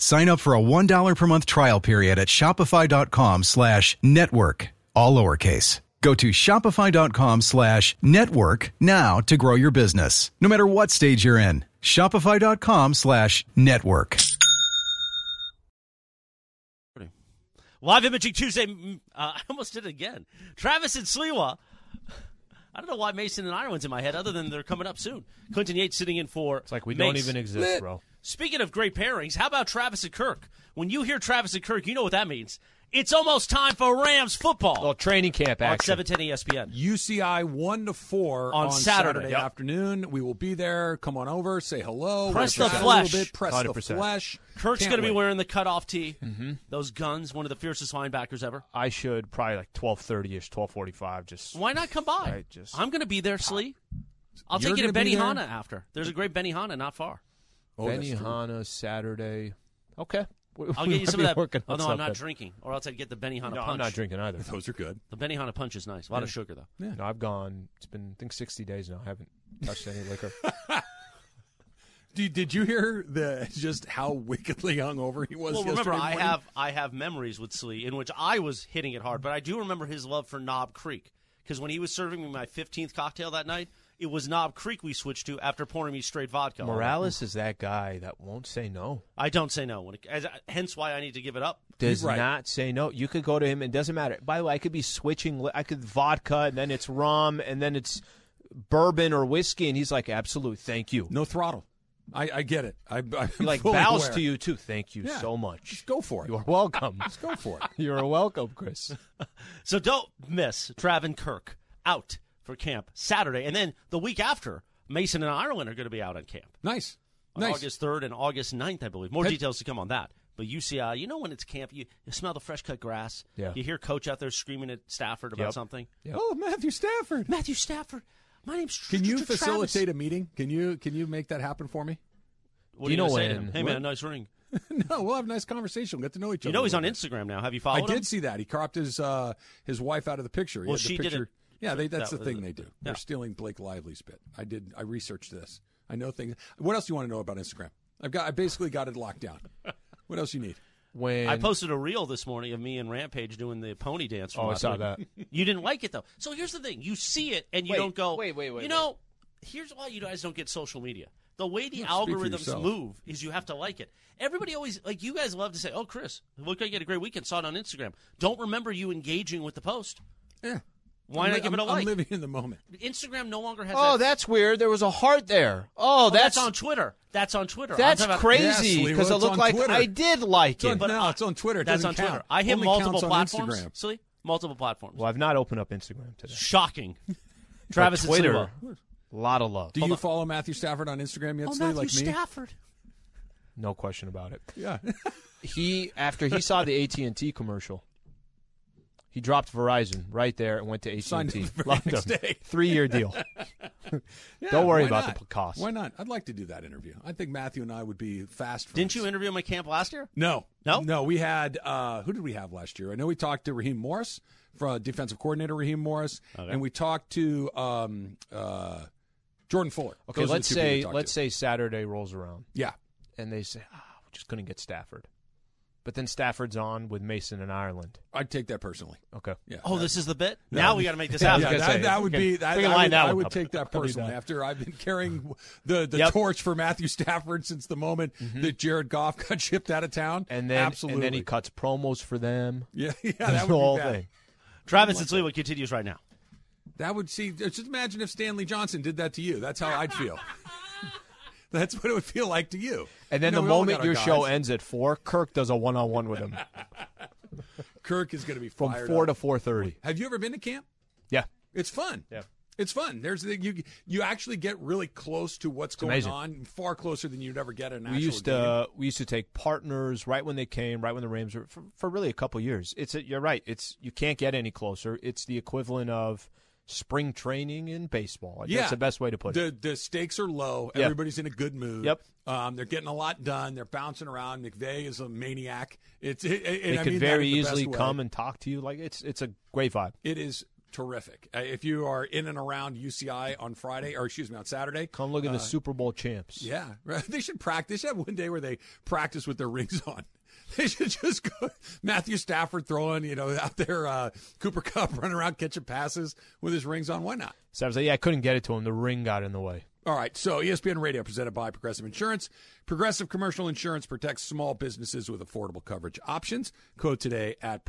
Sign up for a $1 per month trial period at shopify.com slash network, all lowercase. Go to shopify.com slash network now to grow your business. No matter what stage you're in, shopify.com slash network.
Live Imaging Tuesday. mm, Uh, I almost did it again. Travis and Sliwa. I don't know why Mason and Ireland's in my head, other than they're coming up soon. Clinton Yates sitting in for. It's like
we don't even exist, bro.
Speaking of great pairings, how about Travis and Kirk? When you hear Travis and Kirk, you know what that means. It's almost time for Rams football. Well,
training camp
on E
action.
710 ESPN.
UCI 1 to 4
On Saturday, yep.
afternoon. We will be there. Come on over, say hello.
Press
we'll
the
chat
flesh.
A little bit. Press the flesh.
Kirk's
Can't
going to be
wait.
wearing the cutoff tee.
Mm-hmm.
Those guns, one of the fiercest linebackers ever.
I should probably like twelve thirty ish, twelve forty five. Just
Why not come by?
Right, just-
I'm going to be there, Slee. I'll
You're
take you to
gonna be there? Oh,
Benihana after. There's a great Benihana not far.
Benihana Saturday. Okay, We-
I'll
we
get you
might
some
be
of that.
working
Oh,
on
no, I'm not
something.
drinking, or else I'd get the Benihana
No,
punch.
I'm not drinking either.
Those are good.
The Benihana punch is nice. A lot of sugar, though.
Yeah.
No, I've gone. It's been I think sixty days now. I haven't touched any liquor.
Did, did you hear the just how wickedly hungover he was
Well,
yesterday
remember, I
morning?
have I have memories with Slee in which I was hitting it hard, but I do remember his love for Knob Creek because when he was serving me my 15th cocktail that night, it was Knob Creek we switched to after pouring me straight vodka.
Morales is that guy that won't say no.
I don't say no. When it, as, hence why I need to give it up.
Does not say no. You could go to him. It doesn't matter. By the way, I could be switching. li- I could vodka, and then it's rum, and then it's bourbon or whiskey, and he's like, "Absolute, thank you."
No throttle. I, I get it. I, I'm
He like
fully
bows
aware.
to you too. Thank you
Yeah.
so much.
Go for it.
You are welcome.
Just go for it.
You're welcome, Chris.
So don't miss Travin Kirk out for camp Saturday, and then the week after, Mason and Ireland are going to be out on camp.
Nice.
On
Nice.
August 3rd and August 9th, I believe. More
Hey.
details to come on that. But UCI, you know when it's camp, you, you smell the fresh cut grass.
Yeah.
You hear coach out there screaming at Stafford about
Yep.
something.
Yep.
Oh, Matthew Stafford.
Matthew Stafford. My name's Tr-
Can you
Tr- Tr- Travis.
facilitate a meeting? Can you can you make that happen for me?
What
Do you
are you
know
gonna say to him?
when-
Hey,
what?
man, nice ring.
no, we'll have a nice conversation. We'll get to know each
You
other.
know
a
he's on
little bit.
Instagram now. Have you
I
followed him?
did see that. He cropped his uh, his wife out of the picture. He
Well,
had the
she did
picture.
it.
Yeah, they, that's
That
the
was
thing
the-
they do.
yeah.
They're stealing Blake Lively's bit. I did. I researched this. I know things. What else do you want to know about Instagram? I've got. I basically got it locked down. What else you need?
When
I posted a reel this morning of me and Rampage doing the pony dance. From
Oh, I
last
saw
week.
that.
You didn't like it though. So here's the thing: you see it and you
Wait,
don't go.
wait, wait, wait,
You know, here's why you guys don't get social media. The way the
Yeah, speak for
algorithms
yourself.
move is you have to like it. Everybody always like you guys love to say, "Oh, Chris, look like you had a great weekend." Saw it on Instagram. Don't remember you engaging with the post.
Yeah.
Why
I'm
not
li-
give it a
I'm-
like?
I'm living in the moment.
Instagram no longer has.
Oh,
that.
that's weird. There was a heart there. Oh,
Oh,
that's
that's, on Twitter. That's on Twitter. I'm
that's
talking about-
crazy
Yes, Lee,
because
well,
it
it's
looked
on
like
Twitter.
I did like
It's on,
it.
But
no,
I-
it's on Twitter. It
that's on
doesn't count.
Twitter. I hit
Only
multiple
counts on
platforms.
Instagram.
Silly, multiple platforms.
Well, I've not opened up Instagram today.
Shocking. Travis
But
Oh,
Twitter,
Twitter.
a lot of love.
Do you follow Matthew Stafford on Instagram yet,
Oh,
Slee,
Matthew
like me?
Stafford.
No question about it.
Yeah.
He after he saw the AT and T commercial, he dropped Verizon right there and went to AT and
Signed
T.
up the very
Loved him.
next day.
Three year deal.
Yeah,
Don't worry
why
about
not?
the cost.
Why not? I'd like to do that interview. I think Matthew and I would be fast.
Didn't
friends.
you interview him at camp last year?
No,
No?
no. We had uh, who did we have last year? I know we talked to Raheem Morris, from defensive coordinator Raheem Morris, and we talked to um, uh, Jordan Fuller.
Okay,
Those are the
let's
two people we
say
talked
let's
to.
say Saturday rolls around.
Yeah.
And they say, ah, we just couldn't get Stafford. But then Stafford's on with Mason in Ireland.
I'd take that personally.
Okay.
Yeah.
Oh, this is the bit.
No.
Now we got to make this
Yeah, I
happen.
was
Yeah, that, that would be. That,
we can
I
line
would,
that
I
one
would
up.
take that
I'll do
personally.
that.
After I've been carrying the the
Yep.
torch for Matthew Stafford since the moment
Mm-hmm.
that Jared Goff got shipped out of town,
And then,
absolutely,
and then he cuts promos for them.
Yeah, yeah, that
That's
would
the
be
whole
bad.
thing.
Travis and Sliwa continues right now.
That would see. Just imagine if Stanley Johnson did that to you. That's how I'd feel. That's what it would feel like to you.
And then
You know,
the
we all
moment
got our
your show
guys.
ends at four, Kirk does a one on one with him
Kirk is going to be
from
fired
four
up.
to four thirty.
Have you ever been to camp?
Yeah.
It's fun.
Yeah.
It's fun. There's the, you you actually get really close to what's going
amazing.
on, far closer than you'd ever get at an
We
actual
used
game.
to uh, we used to take partners right when they came, right when the Rams were for, for really a couple years. It's a, you're right. It's you can't get any closer. It's the equivalent of spring training in baseball. I guess That's the best way to put it.
The the stakes are low.
Yeah.
Everybody's in a good mood.
Yep.
Um, they're getting a lot done. They're bouncing around. McVay is a maniac. It's it, it,
They
and I
could
mean that
very
in the best
easily
way.
come and talk to you. Like it's it's a great vibe.
It is terrific. Uh, if you are in and around UCI on Friday, or excuse me, on Saturday,
Come look at
uh,
the Super Bowl champs.
Yeah, right. they should practice. They should have one day where they practice with their rings on. They should just go Matthew Stafford throwing, you know, out there, uh, Cooper Cup running around catching passes with his rings on. Why not?
So I was like, yeah, I couldn't get it to him. The ring got in the way.
All right, so E ESPN Radio presented by Progressive Insurance. Progressive Commercial Insurance protects small businesses with affordable coverage options. Quote today at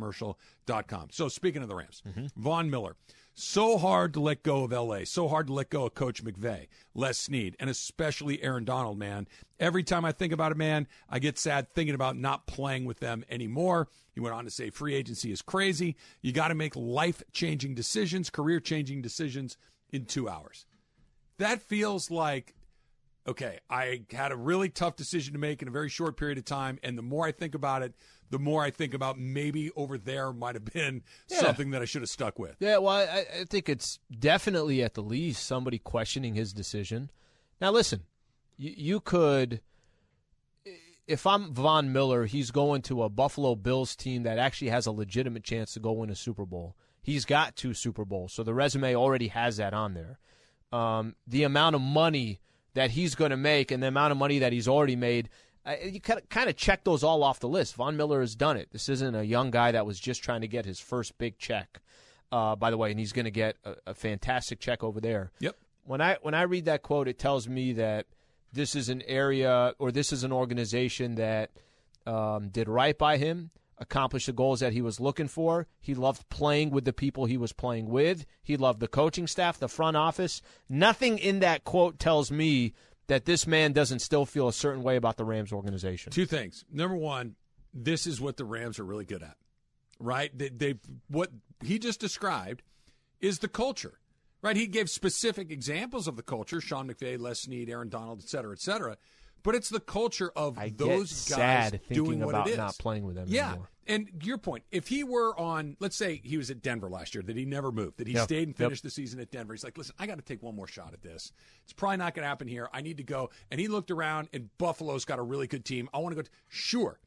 progressivecommercial.com. So, speaking of the Rams, Von Miller, so hard to let go of LA, so hard to let go of Coach McVay, Les Snead, and especially Aaron Donald, man. Every time I think about it, man, I get sad thinking about not playing with them anymore. He went on to say free agency is crazy. You got to make life changing decisions, career changing decisions in two hours that feels like okay i had a really tough decision to make in a very short period of time and the more i think about it the more i think about maybe over there might have been
Yeah.
something that i should have stuck with
Yeah, well, I, I think it's definitely at the least somebody questioning his decision. Now, listen, you, you could, if I'm Von Miller, he's going to a Buffalo Bills team that actually has a legitimate chance to go win a Super Bowl. He's got two Super Bowls, so the resume already has that on there. Um, the amount of money that he's going to make and the amount of money that he's already made, I, you kind of check those all off the list. Von Miller has done it. This isn't a young guy that was just trying to get his first big check uh, by the way, and he's going to get a, a fantastic check over there.
Yep.
When I when I read that quote, it tells me that this is an area or this is an organization that um, did right by him, accomplished the goals that he was looking for. He loved playing with the people he was playing with. He loved the coaching staff, the front office. Nothing in that quote tells me that this man doesn't still feel a certain way about the Rams organization.
two things number one this is what the rams are really good at right they, they what he just described is the culture right he gave specific examples of the culture sean mcvay les snead aaron donald et cetera et cetera but it's the culture of
I
those
get
guys
sad
doing
thinking
what
about
it is.
not playing with them
Yeah.
anymore.
And your point, if he were on, let's say he was at Denver last year, that he never moved, that he
Yeah.
stayed and
Yep.
finished the season at Denver, he's like, listen, I got to take one more shot at this. It's probably not going to happen here. I need to go. And he looked around, and Buffalo's got a really good team. I want to go. t- Sure.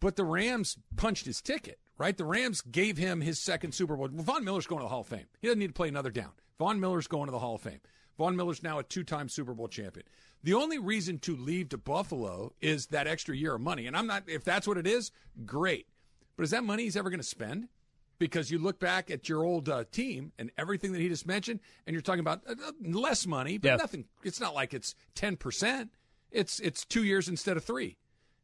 But the Rams punched his ticket, right? The Rams gave him his second Super Bowl. Well, Von Miller's going to the Hall of Fame. He doesn't need to play another down. Von Miller's going to the Hall of Fame. Von Miller's now a two time Super Bowl champion. The only reason to leave to Buffalo is that extra year of money. And I'm not, if that's what it is, great. But is that money he's ever going to spend? Because you look back at your old uh, team and everything that he just mentioned, and you're talking about uh, uh, less money, but
Yeah.
nothing. It's not like it's 10%. It's, it's two years instead of three.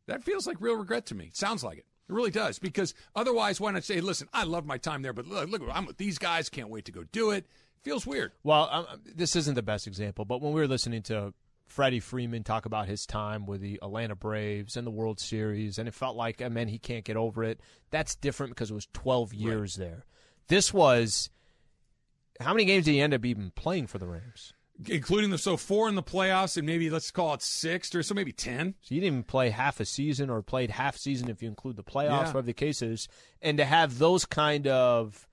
That feels like real regret to me. It sounds like it. It really does. Because otherwise, why not say, listen, I love my time there, but look, look I'm with these guys. Can't wait to go do it. Feels weird.
Well, um, this isn't the best example, but when we were listening to Freddie Freeman talk about his time with the Atlanta Braves and the World Series, and it felt like, I mean, he can't get over it. That's different because it was 12 years there. This was, how many games did he end up even playing for the Rams?
Including the so four in the playoffs and maybe let's call it six or so maybe ten.
So you didn't even play half a season or played half season if you include the playoffs,
Yeah.
whatever the case is. And to have those kind of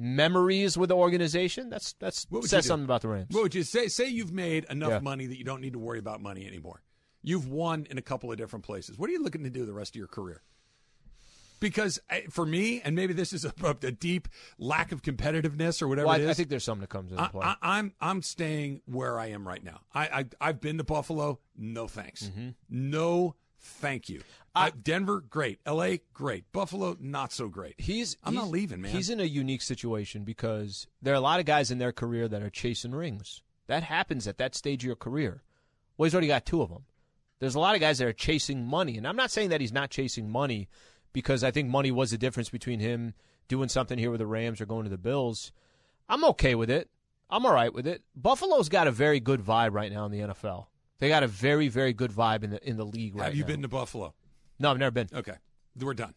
memories with the organization, that's that's
What would you
says
do?
something about the Rams.
What would you say? Say you've made enough
Yeah.
money that you don't need to worry about money anymore. You've won in a couple of different places. What are you looking to do the rest of your career? because I- for me, and maybe this is a, a deep lack of competitiveness or whatever
Well, I-
it is.
I think there's something that comes into
I-
play.
I, I'm I'm staying where I am right now. I, I I've been to Buffalo. No thanks.
Mm-hmm.
No thank you. I, Denver, great. L.A., great. Buffalo, not so great.
He's
I'm not
he's-
leaving, man.
He's in a unique situation because there are a lot of guys in their career that are chasing rings. That happens at that stage of your career. Well, he's already got two of them. There's a lot of guys that are chasing money, and I'm not saying that he's not chasing money because I think money was the difference between him doing something here with the Rams or going to the Bills. I'm okay with it. I'm all right with it. Buffalo's got a very good vibe right now in the NFL. They got a very, very good vibe in the in the league right
Have you
now.
been to Buffalo?
No, I've never been.
Okay, we're done.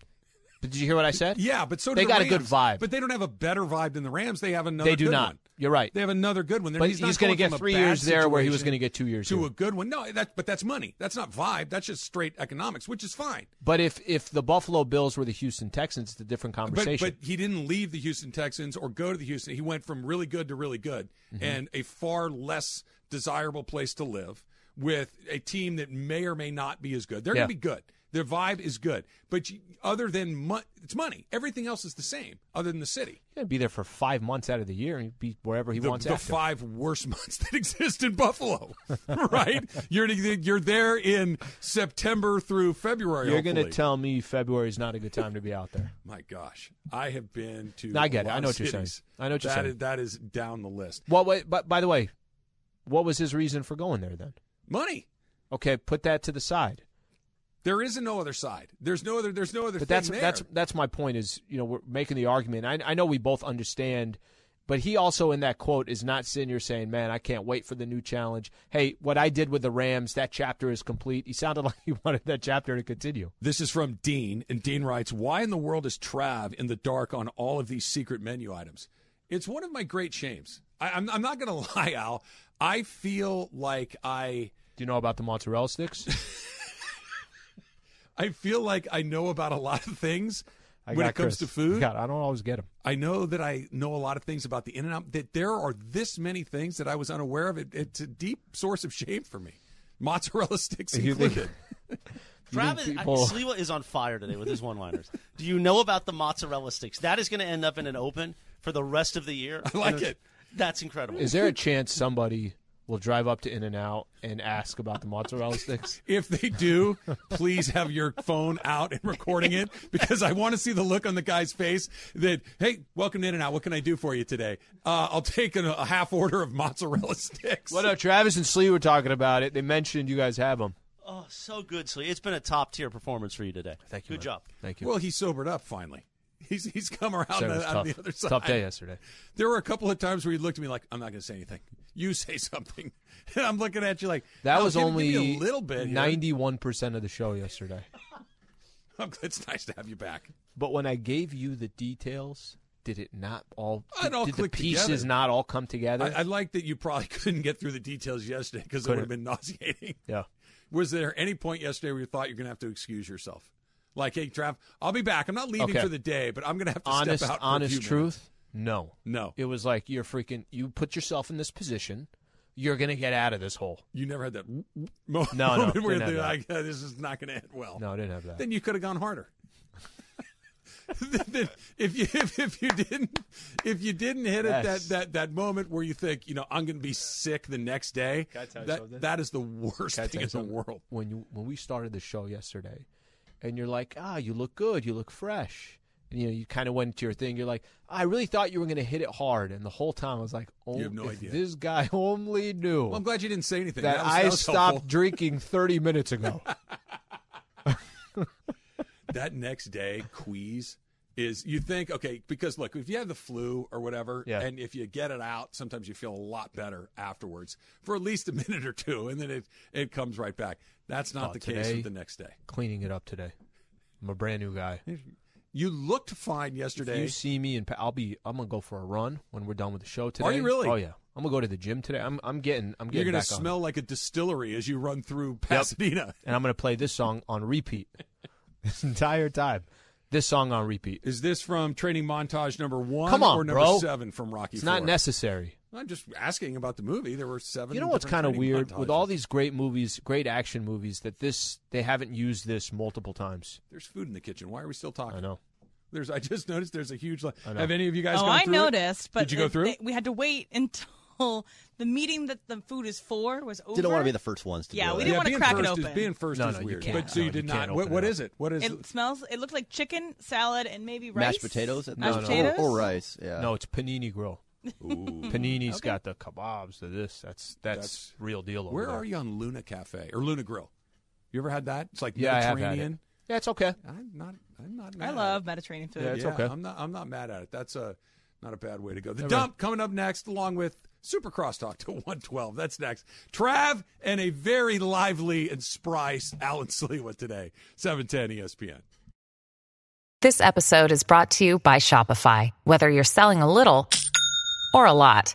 But did you hear what I said?
Yeah, but so do
they
the
got
Rams.
a good vibe.
But they don't have a better vibe than the Rams. They have another.
They do
good
not.
one.
You're right.
They have another good one. They're-
But
not
he's gonna
going
get
from a
three
bad
years there where he was
situation
gonna get two years
to
here.
a good one. No, that but that's money. That's not vibe. That's just straight economics, which is fine.
But if if the Buffalo Bills were the Houston Texans, it's a different
But,
conversation.
but he didn't leave the Houston Texans or go to the Houston. He went from really good to really good
Mm-hmm.
and a far less desirable place to live with a team that may or may not be as good. They're
Yeah.
going to be good. Their vibe is good. But you, other than mo- it's money, everything else is the same other than the city.
He's gonna be there for five months out of the year and he'd be wherever he
the,
wants.
the
after.
five worst months that exist in Buffalo, right? You're you're there in September through February.
You're gonna
hopefully.
tell me February is not a good time to be out there.
My gosh, I have been to.
No, I get
a
it. I
lot
know
of
what you're saying.
cities.
I know what you're
That
saying.
is- that is down the list.
Well, wait, but by the way, what was his reason for going there then?
Money.
Okay, put that to the side.
There is no other side. There's no other. There's no other.
But
thing
that's
there.
that's that's my point. Is you know we're making the argument. I, I know we both understand, but he also in that quote is not sitting here saying, "Man, I can't wait for the new challenge." Hey, what I did with the Rams, that chapter is complete. He sounded like he wanted that chapter to continue.
This is from Dean, and Dean writes, Why in the world is Trav in the dark on all of these secret menu items? It's one of my great shames. I, I'm, I'm not going to lie, Al. I feel like I.
Do you know about the mozzarella sticks?
I feel like I know about a lot of things
I
when
got
it comes
Chris.
to food.
God, I don't always get them.
I know that I know a lot of things about the in and out. That there are this many things that I was unaware of. It, it's a deep source of shame for me. Mozzarella sticks
You think-
included.
Travis
think
I-
people-
Sliwa is on fire today with his one-liners. Do you know about the mozzarella sticks? That is going to end up in an open for the rest of the year. I
like it.
That's incredible.
Is there a chance somebody will drive up to In and Out and ask about the mozzarella sticks?
If they do, please have your phone out and recording it because I want to see the look on the guy's face that, hey, welcome to In and Out. What can I do for you today? Uh, I'll take a, a half order of mozzarella sticks.
Well, no, Travis and Slee were talking about it. They mentioned you guys have them.
Oh, so good, Slee. It's been a top-tier performance for you today. Thank you. Good job.
Thank you.
Well, he sobered up finally. He's, he's come around
Said it
on,
was
on
tough.
the other side.
Tough day yesterday.
There were a couple of times where he looked at me like, I'm not going to say anything. You say something. And I'm looking at you like,
That
"Al,
was
give me-
only
give me a little bit. here."
ninety-one percent of the show yesterday.
It's nice to have you back.
But when I gave you the details, did it not all?
It all
did the
clicked
pieces
together.
not all come together?
I, I like that you probably couldn't get through the details yesterday because it would have been
Couldn't.
nauseating.
yeah.
Was there any point yesterday where you thought you're going to have to excuse yourself? Like, hey, Trav, I'll be back. I'm not leaving
Okay.
for the day, but I'm going to have to
honest,
step out. for a
honest
few
truth. No,
No.
It was like you're freaking. You put yourself in this position. You're gonna get out of this hole.
minutes. You never had that mo- moment
no,
where
didn't have
you're
that.
like, "Uh, this is not going to end well.
No, I didn't have that.
Then you could have gone harder. Then- then if you if, if you didn't if you didn't hit it that,
Yes.
that that moment where you think you know I'm going to be sick the next day,
Can I tell you something?
that that is the worst
Can I
thing in
tell you
the
something?
world.
When you when we started the show yesterday, and you're like, ah, you look good, you look fresh, and you know you kind of went to your thing. You're like, I really thought you were going to hit it hard, and the whole time I was like, oh,
have no
if
idea.
this guy only knew
Well, I'm glad you didn't say anything.
that,
was-
I
was
stopped
helpful.
drinking 30 minutes ago.
that next day queeze is you think okay because look if you have the flu or whatever
Yeah.
and if you get it out sometimes you feel a lot better afterwards for at least a minute or two and then it it comes right back that's not
Oh,
the case
today-
with the next day
Cleaning it up today. I'm a brand new guy.
you looked fine
If
yesterday
you see me and I'll be I'm gonna go for a run when we're done with the show today.
Are you really?
Oh yeah. I'm gonna go to the gym today. I'm I'm getting I'm
you're
getting
gonna
back on it.
smell like a distillery as you run through pasadena
and I'm going to play this song on repeat this entire time. this song on repeat.
Is this from Training Montage number one
Come on,
or number
bro.
seven from Rocky
It's not
IV?
necessary.
I'm just asking about the movie. There were seven.
You know what's kind
different
of
training
weird
montages.
with all these great movies, great action movies, that this they haven't used this multiple times.
There's food in the kitchen. Why are we still talking?
I know.
There's. I just noticed there's a huge. Line.
I know.
Have any of you guys?
oh,
gone
I
through it?
noticed, but
did you go
it-
through?
it- we had to wait until the meeting that the food is for was over.
Didn't want to be the first ones to
Yeah,
do
we
it.
didn't want to
being
crack it
first
open.
Is, being first
No,
is
no, you
weird.
can't.
But so you
No,
did
you
not.
can't
What,
open
what
it
is it? What is?
It smells. It looked like chicken salad and maybe rice,
Mashed potatoes? at
mashed
most?
potatoes,
Or, or rice, yeah.
No, it's Panini Grill. Panini's
Okay.
got the kebabs, the this. That's that's, real deal. Over
Where
there.
are you on Luna Cafe or Luna Grill? You ever had that? It's like
Yeah, I have had it.
Mediterraanian.
Yeah, it's okay.
I'm not. I'm not.
I
Mad at
love
it.
Mediterranean food.
Yeah, it's okay.
I'm not. I'm not mad at it. That's a not a bad way to go. The
Never-
dump coming up next, along with Super Crosstalk to 112. That's next. Trav and a very lively and spry Alan Sleewa today. E 710 ESPN.
This episode is brought to you by Shopify. Whether you're selling a little or a lot,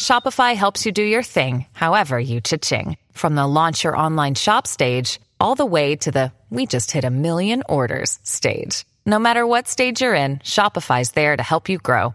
Shopify helps you do your thing, however you cha-ching. From the launch your online shop stage, all the way to the we just hit a million orders stage. No matter what stage you're in, Shopify's there to help you grow.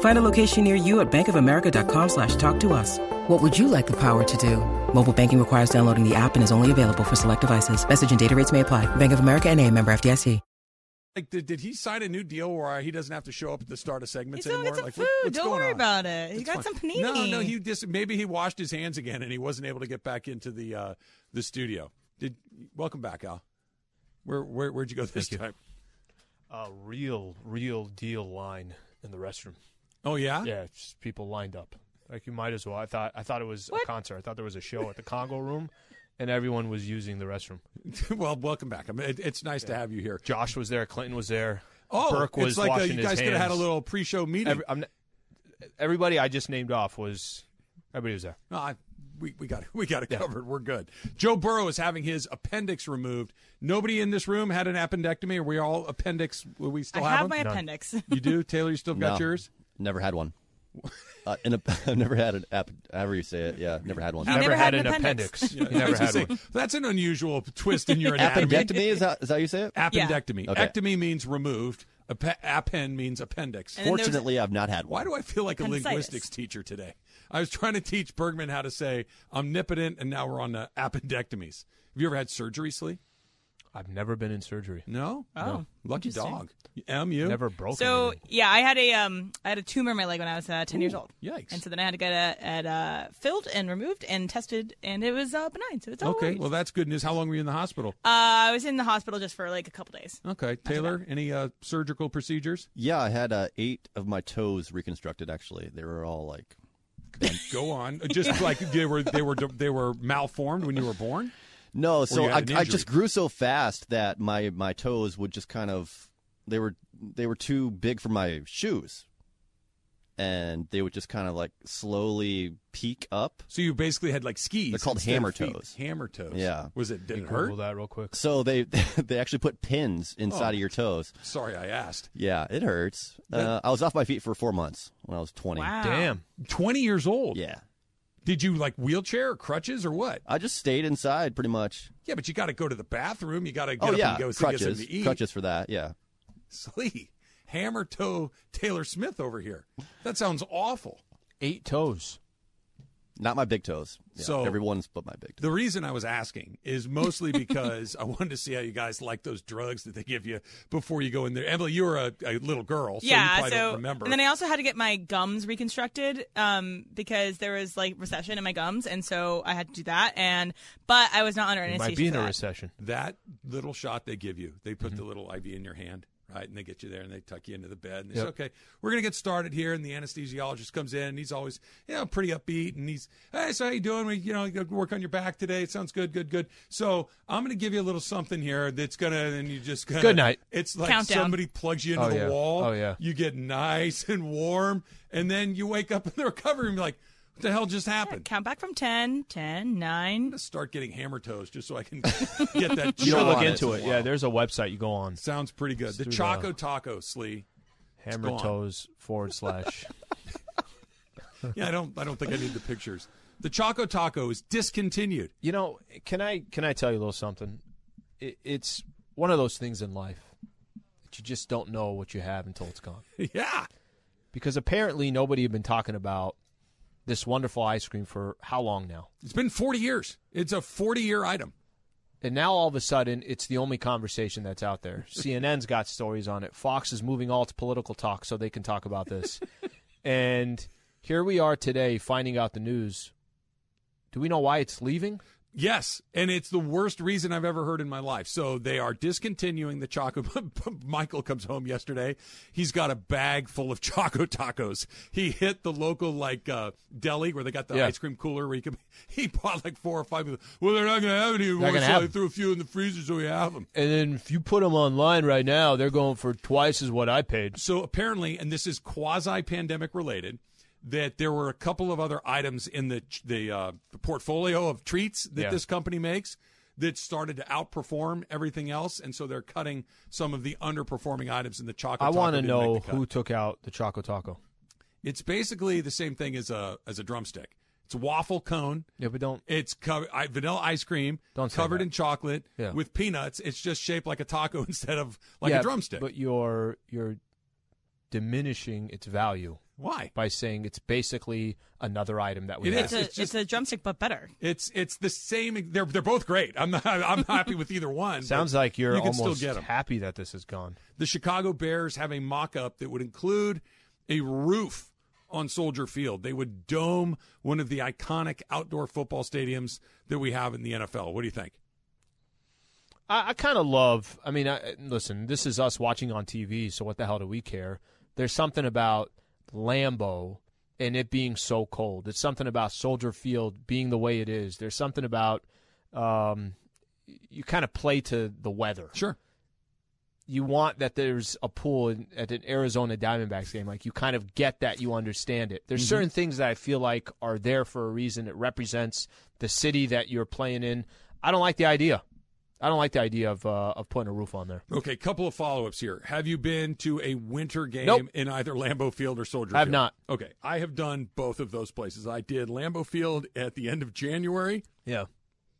Find a location near you at bankofamerica.com slash talk to us. What would you like the power to do? Mobile banking requires downloading the app and is only available for select devices. Message and data rates may apply. Bank of America and a member FDIC.
Like, did, did he sign a new deal where he doesn't have to show up at the start of segments
He's gonna
anymore?
get some
like,
food.
what- what's
Don't
going
worry
on?
about it. He
It's
got
fine.
some panini.
No, no, he just maybe he washed his hands again and he wasn't able to get back into the uh, the studio. Did welcome back, Al. Where where where'd you go this time?
A real, real deal line in the restroom.
Oh yeah,
yeah. it's just people lined up. Like you might as well. I thought I thought it was a concert. I thought there was a show at the Congo Room, and everyone was using the restroom.
well, welcome back. I mean, it, it's nice to have you here.
Josh was there. Clinton was there.
Oh,
Burke was
it's like uh,
washing
you
his
guys could have had a
hands.
little pre-show meeting.
Every- I'm n- everybody I just named off was everybody was there.
No, I, we we got it- we got it covered. We're good. Joe Burrow is having his appendix removed. Nobody in this room had an appendectomy. Are we all appendix? will We
I
still
have
have,
my
them?
appendix.
You do, Taylor. You still got
No.
yours?
Never had one. Uh, in a, I've never had an app. However you say it, yeah, never had one.
Never Never had had an an
appendix. appendix.
Yeah, I was gonna say, That's an unusual twist in your anatomy.
Appendectomy is that, is that how you say it?
Appendectomy.
Okay.
Ectomy means removed. Appe- append means appendix.
And then there's- Fortunately, I've not had one.
Why do I feel like a
Appendicitis.
linguistics teacher today? I was trying to teach Bergman how to say omnipotent, and now we're on the appendectomies. Have you ever had surgery, Slee?
I've never been in surgery.
No.
Oh,
No. lucky
interesting.
dog. M you
never broke.
So yeah, I had a um, I had a tumor in my leg when I was uh, ten years
Ooh,
old.
yikes.
And so then I had to get it at, uh, filled and removed and tested, and it was uh, benign. So it's all
okay.
right.
Well, that's good news. How long were you in the hospital?
Uh, I was in the hospital just for like a couple days.
Okay, Taylor. Any uh, surgical procedures?
Yeah, I had uh, eight of my toes reconstructed. Actually, they were all like
Go on. Just like they were, they were, they were malformed when you were born.
No,
Or
so
you
I,
had an
I
injury.
just grew so fast that my my toes would just kind of they were they were too big for my shoes, and they would just kind of like slowly peak up.
So you basically had like skis.
They're called
instead of
hammer
feet.
toes.
Hammer toes.
Yeah.
Was it? Did it
Google
hurt?
that real quick.
So they they actually put pins
Oh.
inside of your toes.
Sorry, I asked.
Yeah, it hurts. Uh, I was off my feet for four months when I was twenty.
Damn.
Twenty years old.
Yeah.
Did you like wheelchair or crutches or what?
I just stayed inside pretty much.
Yeah, but you got to go to the bathroom. You got to get
oh
up
yeah,
and go see- get
crutches,
something to eat.
crutches for that. Yeah.
Slee, hammer toe Taylor Smith over here. That sounds awful.
Eight toes.
Not my big toes. Yeah,
So-
everyone's but my big.
The reason I was asking is mostly because I wanted to see how you guys like those drugs that they give you before you go in there. Emily, you were a, a little girl, so you
yeah.
probably
so
don't remember.
and then I also had to get my gums reconstructed um, because there was like recession in my gums, and so I had to do that. And but I was not under
You might
anesthesia.
be
for
in a
that.
recession. Mm-hmm.
that little shot they give you, they put the little IV in your hand. All right, and they get you there and they tuck you into the bed and they say, okay, we're gonna get started here. And the anesthesiologist comes in and he's always, you know, pretty upbeat and he's, hey, so how you doing? We, you know, you work on your back today. It sounds good, good, good. So I'm gonna give you a little something here that's gonna, and you just gonna,
Good night.
It's like
Countdown.
somebody plugs you into
Oh,
the
yeah.
wall.
Oh, yeah.
You get nice and warm, and then you wake up in the recovery room like, what the hell just happened?
Count back from 10, 10, 9.
Start getting hammer toes just so I can get that.
You don't
chill
look
on
into it.
Wow.
Yeah, there's a website you go on.
Sounds pretty good. The Choco Taco, Slee. It's
hammer
gone.
toes forward slash.
Yeah, I don't. I don't think I need the pictures. The Choco Taco is discontinued.
You know, can I can I tell you a little something? It, it's one of those things in life that you just don't know what you have until it's gone.
yeah.
Because apparently nobody had been talking about this wonderful ice cream for how long now?
It's been 40 years. It's a 40 year item.
And now all of a sudden it's the only conversation that's out there. CNN's got stories on it. Fox is moving all its political talk so they can talk about this. and here we are today finding out the news. Do we know why it's leaving?
Yes, and it's the worst reason I've ever heard in my life. So they are discontinuing the Choco. Michael comes home yesterday. He's got a bag full of Choco tacos. He hit the local like uh, deli where they got the
Yeah.
ice cream cooler. Where he, could, he bought like four or five. Of them. Well, they're not going to have any anymore, so
gonna have
I
them.
threw a few in the freezer, so we have them.
And then if you put them online right now, they're going for twice as what I paid.
So apparently, and this is quasi pandemic related, that there were a couple of other items in the the uh, portfolio of treats that
Yeah.
this company makes that started to outperform everything else, and so they're cutting some of the underperforming items in the chocolate.
I want
Taco
to
didn't make
know
the cut.
who took out the Choco Taco.
It's basically the same thing as a as a drumstick. It's a waffle cone.
Yeah, but don't.
It's covered I, vanilla ice cream,
Don't say
covered
that.
in chocolate
Yeah.
with peanuts. It's just shaped like a taco instead of like
Yeah,
a drumstick.
But you're you're diminishing its value.
Why?
By saying it's basically another item that we
It
have.
is.
It's a, it's, a drumstick, but better.
It's it's the same. They're they're both great. I'm not, I'm happy with either one. but
Sounds like you're
you can
almost
still get 'em.
happy that this is gone.
The Chicago Bears have a mock-up that would include a roof on Soldier Field. They would dome one of the iconic outdoor football stadiums that we have in the NFL. What do you think?
I, I kind of love. I mean, I, listen, this is us watching on TV, so what the hell do we care? There's something about Lambeau and it being so cold. It's something about Soldier Field being the way it is. There's something about um, you kind of play to the weather.
Sure.
You want that there's a pool in, at an Arizona Diamondbacks game. Like you kind of get that, you understand it. There's
Mhm.
certain things that I feel like are there for a reason. It represents the city that you're playing in. I don't like the idea. I don't like the idea of uh, of putting a roof on there.
Okay, couple of follow-ups here. Have you been to a winter game
Nope.
in either Lambeau Field or Soldier Field?
I have not.
Okay, I have done both of those places. I did Lambeau Field at the end of January.
Yeah.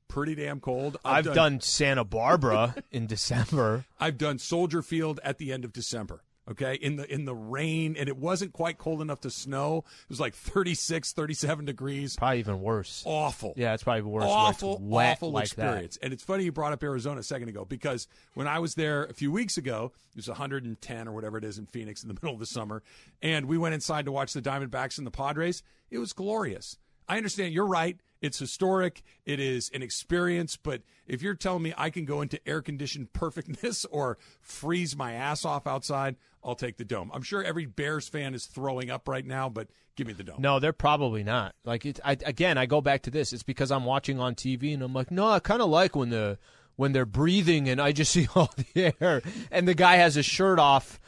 Pretty damn cold.
I've, done, Santa Barbara in December.
I've done Soldier Field at the end of December. Okay, in the in the rain, and it wasn't quite cold enough to snow. It was like 36, 37 degrees.
Probably even worse.
Awful.
Yeah, it's probably worse. where it's
Awful,
wet
awful
like that.
experience. And it's funny you brought up Arizona a second ago because when I was there a few weeks ago, it was 110 or whatever it is in Phoenix in the middle of the summer, and we went inside to watch the Diamondbacks and the Padres. It was glorious. I understand you're right. It's historic. It is an experience. But if you're telling me I can go into air conditioned perfectness or freeze my ass off outside, I'll take the dome. I'm sure every Bears fan is throwing up right now, but give me the dome.
No, they're probably not. Like it, I, again, I go back to this. It's because I'm watching on TV and I'm like, no, I kind of like when the when they're breathing and I just see all the air and the guy has his shirt off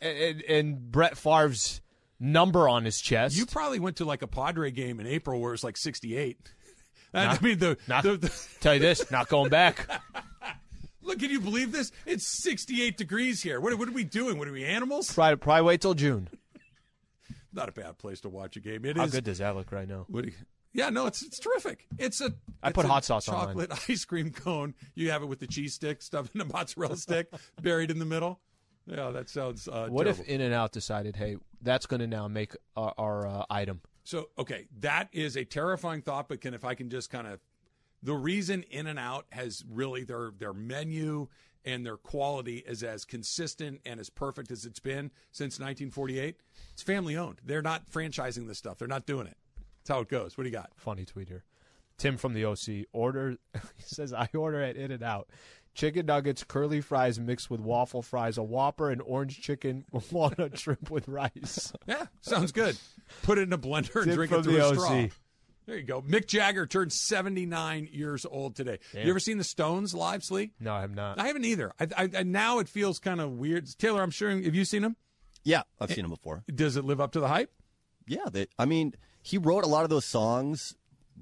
and, and Brett Favre's number on his chest.
You probably went to like a Padre game in April where it was like 68. I
Not-
mean, the,
not-
the, the
tell you this, not going back.
look, can you believe this? It's 68 degrees here. What, what are we doing? What are we, animals?
Probably, probably wait till June.
Not a bad place to watch a game. It is.
How good does that look right now?
What do you- yeah, no, it's it's terrific. It's a
I
it's
put
a
hot sauce on mine.
chocolate ice cream cone. You have it with the cheese stick stuffed in a mozzarella stick buried in the middle. Yeah, that sounds uh,
What
terrible.
if In and Out decided, hey, that's going to now make our, our uh, item?
So, okay, that is a terrifying thought, but can if I can just kind of the reason In and Out has really their their menu and their quality is as consistent and as perfect as it's been since 1948. It's family owned. They're not franchising this stuff. They're not doing it. That's how it goes. What do you got?
Funny tweet here. Tim from the OC order. He says, I order at In and Out chicken nuggets, curly fries mixed with waffle fries, a Whopper, and orange chicken walnut shrimp with rice.
Yeah, sounds good. Put it in a blender and
Tip
drink
from
it through
the
a straw.
OC.
There you go. Mick Jagger turned 79 years old today.
Damn.
You ever seen the Stones live, Slee?
No, I have
Uh.
not.
I haven't either. I, I, I now it feels kind of weird. Taylor, I'm sure have you seen him?
Yeah, I've seen him before.
Eh, Does it live up to the hype?
Yeah, they, I mean, he wrote a lot of those songs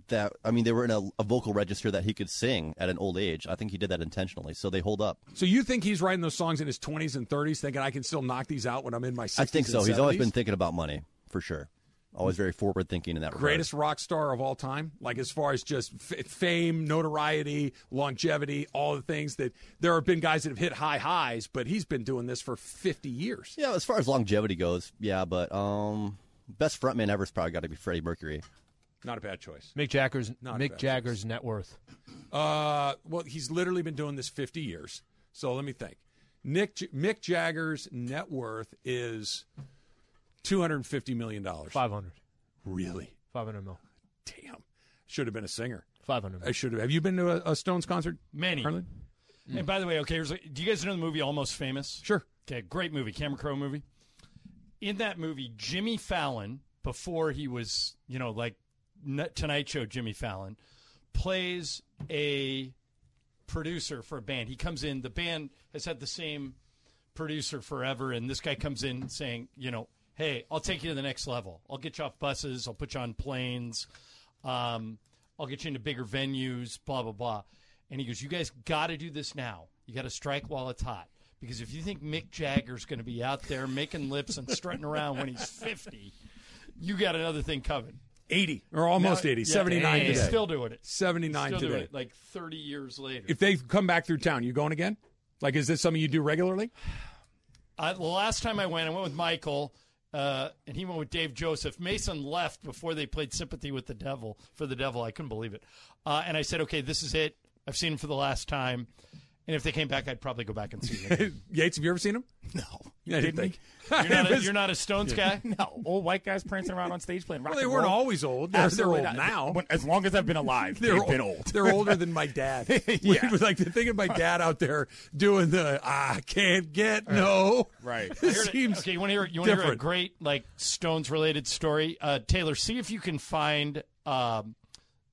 that I mean they were in a, a vocal register that he could sing at an old age. I think he did that intentionally, so they hold up.
So you think he's writing those songs in his 20s and 30s, thinking I can still knock these out when I'm in my 60s?
I think so.
and
He's always
70s?
been thinking about money for sure. Always very forward thinking in that regard.
greatest rock star of all time like as far as just f- fame notoriety longevity all the things that there have been guys that have hit high highs but he's been doing this for 50 years
Yeah, as far as longevity goes, yeah, but um, best frontman ever's probably got to be Freddie Mercury.
not a bad choice
Mick Jagger's
Not
Mick
bad.
Jagger's net worth.
uh well he's literally been doing this 50 years so let me think nick J- mick jagger's net worth is 250 million dollars
500
really
Five hundred mil.
damn should have been a singer
Five hundred.
i should have have you been to a, a stones concert
Many.
Harlan?
And by the way, okay, here's a- do you guys know the movie Almost Famous?
Sure.
Okay, great movie, Cameron Crowe movie. In that movie, Jimmy Fallon, before he was, you know, like N- Tonight Show Jimmy Fallon, plays a producer for a band. He comes in, the band has had the same producer forever, and this guy comes in saying, you know, hey, I'll take you to the next level. I'll get you off buses, I'll put you on planes, um, I'll get you into bigger venues, blah, blah, blah. And he goes, you guys got to do this now. You got to strike while it's hot. Because if you think Mick Jagger's going to be out there making lips and strutting around when he's 50, you got another thing coming.
80 or almost
Now-
80
yeah,
79
and he's
today.
Still doing it.
79
Still doing
today.
it, like 30 years later.
if they come back through town, you going again? Like, is this something you do regularly?
I, the last time I went, I went with Michael, uh, and he went with Dave Joseph. Mason left before they played "Sympathy with the Devil" for the Devil. I couldn't believe it, uh, and I said, "Okay, this is it. I've seen him for the last time." And if they came back, I'd probably go back and see them.
Yates, have you ever seen him?
No,
Yeah, I didn't think.
You're not,
It
a,
was-
you're not a Stones guy.
No, old white guys prancing around on stage playing rock.
Well, they
and
weren't
roll.
always old. They're- they're
Absolutely
old
not.
now.
When- as long as I've been alive,
They're
they've
old-
been old.
They're older than my dad.
Yeah.
We- like the thing of my dad out there doing the I can't get no.
Right.
I
It
heard it-
seems
okay, you want to hear? You want to hear a
different.
great like Stones related story? Uh, Taylor, see if you can find um,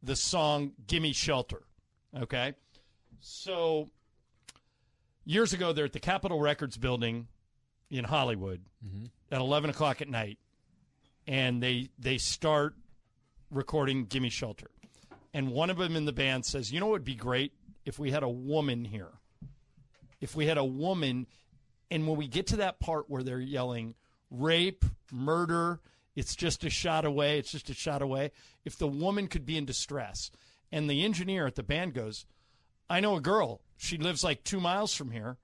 the song "Gimme Shelter." Okay, so years ago, they're at the Capitol Records building in Hollywood
Mm-hmm.
at eleven o'clock at night, and they they start recording "Gimme Shelter," and one of them in the band says, "You know what would be great if we had a woman here." if we had a woman and when we get to that part where they're yelling rape murder it's just a shot away it's just a shot away if the woman could be in distress and the engineer at the band goes i know a girl she lives like two miles from here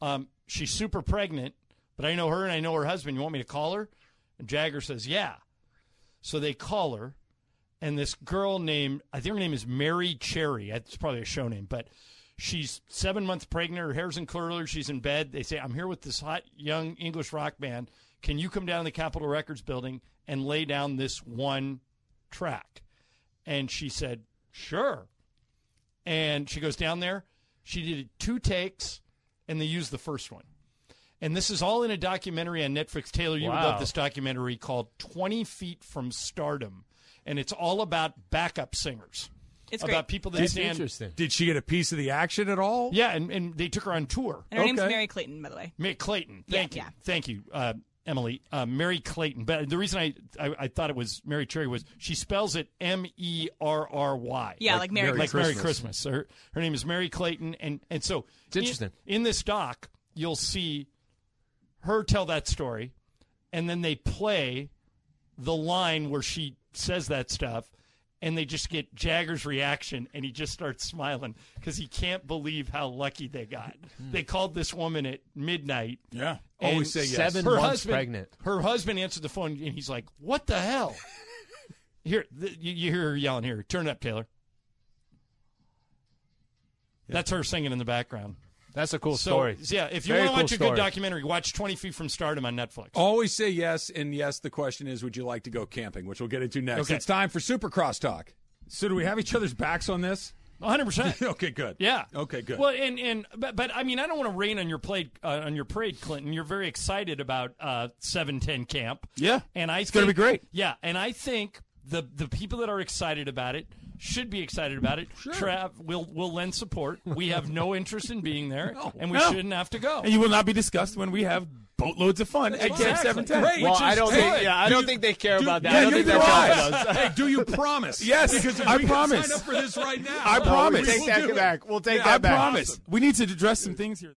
um, she's super pregnant but i know her and i know her husband you want me to call her and jagger says yeah so they call her and this girl named I think her name is Mary Cherry. It's probably a show name, but she's seven months pregnant. Her hair's in curlers. She's in bed. They say, "I'm here with this hot young English rock band. Can you come down to the Capitol Records building and lay down this one track?" And she said, "Sure." And she goes down there. She did two takes, and they used the first one. And this is all in a documentary on Netflix. Taylor, you would
Wow.
love this documentary called 20 Feet from Stardom. And it's all about backup singers.
It's great.
about people that
That's
stand.
interesting. Did she get a piece of the action at all?
Yeah, and, and they took her on tour.
And her name's Mary Clayton, by the way.
Mary Clayton. Thank
Yeah,
you.
yeah.
Thank you, uh, Emily. Uh, Mary Clayton. But the reason I, I, I thought it was Mary Cherry was she spells it M E R R Y.
Yeah, Like like Merry Merry
like Merry
Christmas.
Christmas. Her, her name is Mary Clayton, and and so
It's interesting.
In, in this doc, you'll see her tell that story, and then they play the line where she says that stuff. And they just get Jagger's reaction, and he just starts smiling because he can't believe how lucky they got. They called this woman at midnight.
Yeah.
and
Always say yes. Seven
her
months
husband,
pregnant.
Her husband answered the phone, and he's like, "What the hell?" here, th- you, you hear her yelling. Here, turn it up, Taylor. That's her singing in the background.
That's a cool
so,
story.
Yeah, if you
Very
want
cool
to watch a
story.
good documentary, watch Twenty Feet from Stardom on Netflix.
Always say yes, and yes. The question is, would you like to go camping? Which we'll get into next.
Okay.
It's time for Super Crosstalk. So, do we have each other's backs on this?
100%.
okay, good.
Yeah.
Okay, good.
Well, and and but, but I mean, I don't want to rain on your plate uh, on your parade, Clinton. You're very excited about uh, seven ten camp.
Yeah.
and I
It's gonna be
think-
great.
Yeah, and I think the the people that are excited about it should be excited about it. Sure. Trav will will lend support. We have no interest in being there, and we
No.
shouldn't have to go.
And you will not be discussed when we have boatloads of fun at Camp
Exactly.
710.
Great. Well,
Which
I
is
don't
good.
think- yeah, I
Do-
don't think they care
do-
about that.
Yeah,
I don't
you
think
do I.
that counts.
Hey, do you promise?
Yes,
Because if
I
we could
promise.
Sign up for this right now.
I
uh,
promise.
we will do it.
I promise. We need to address some things here.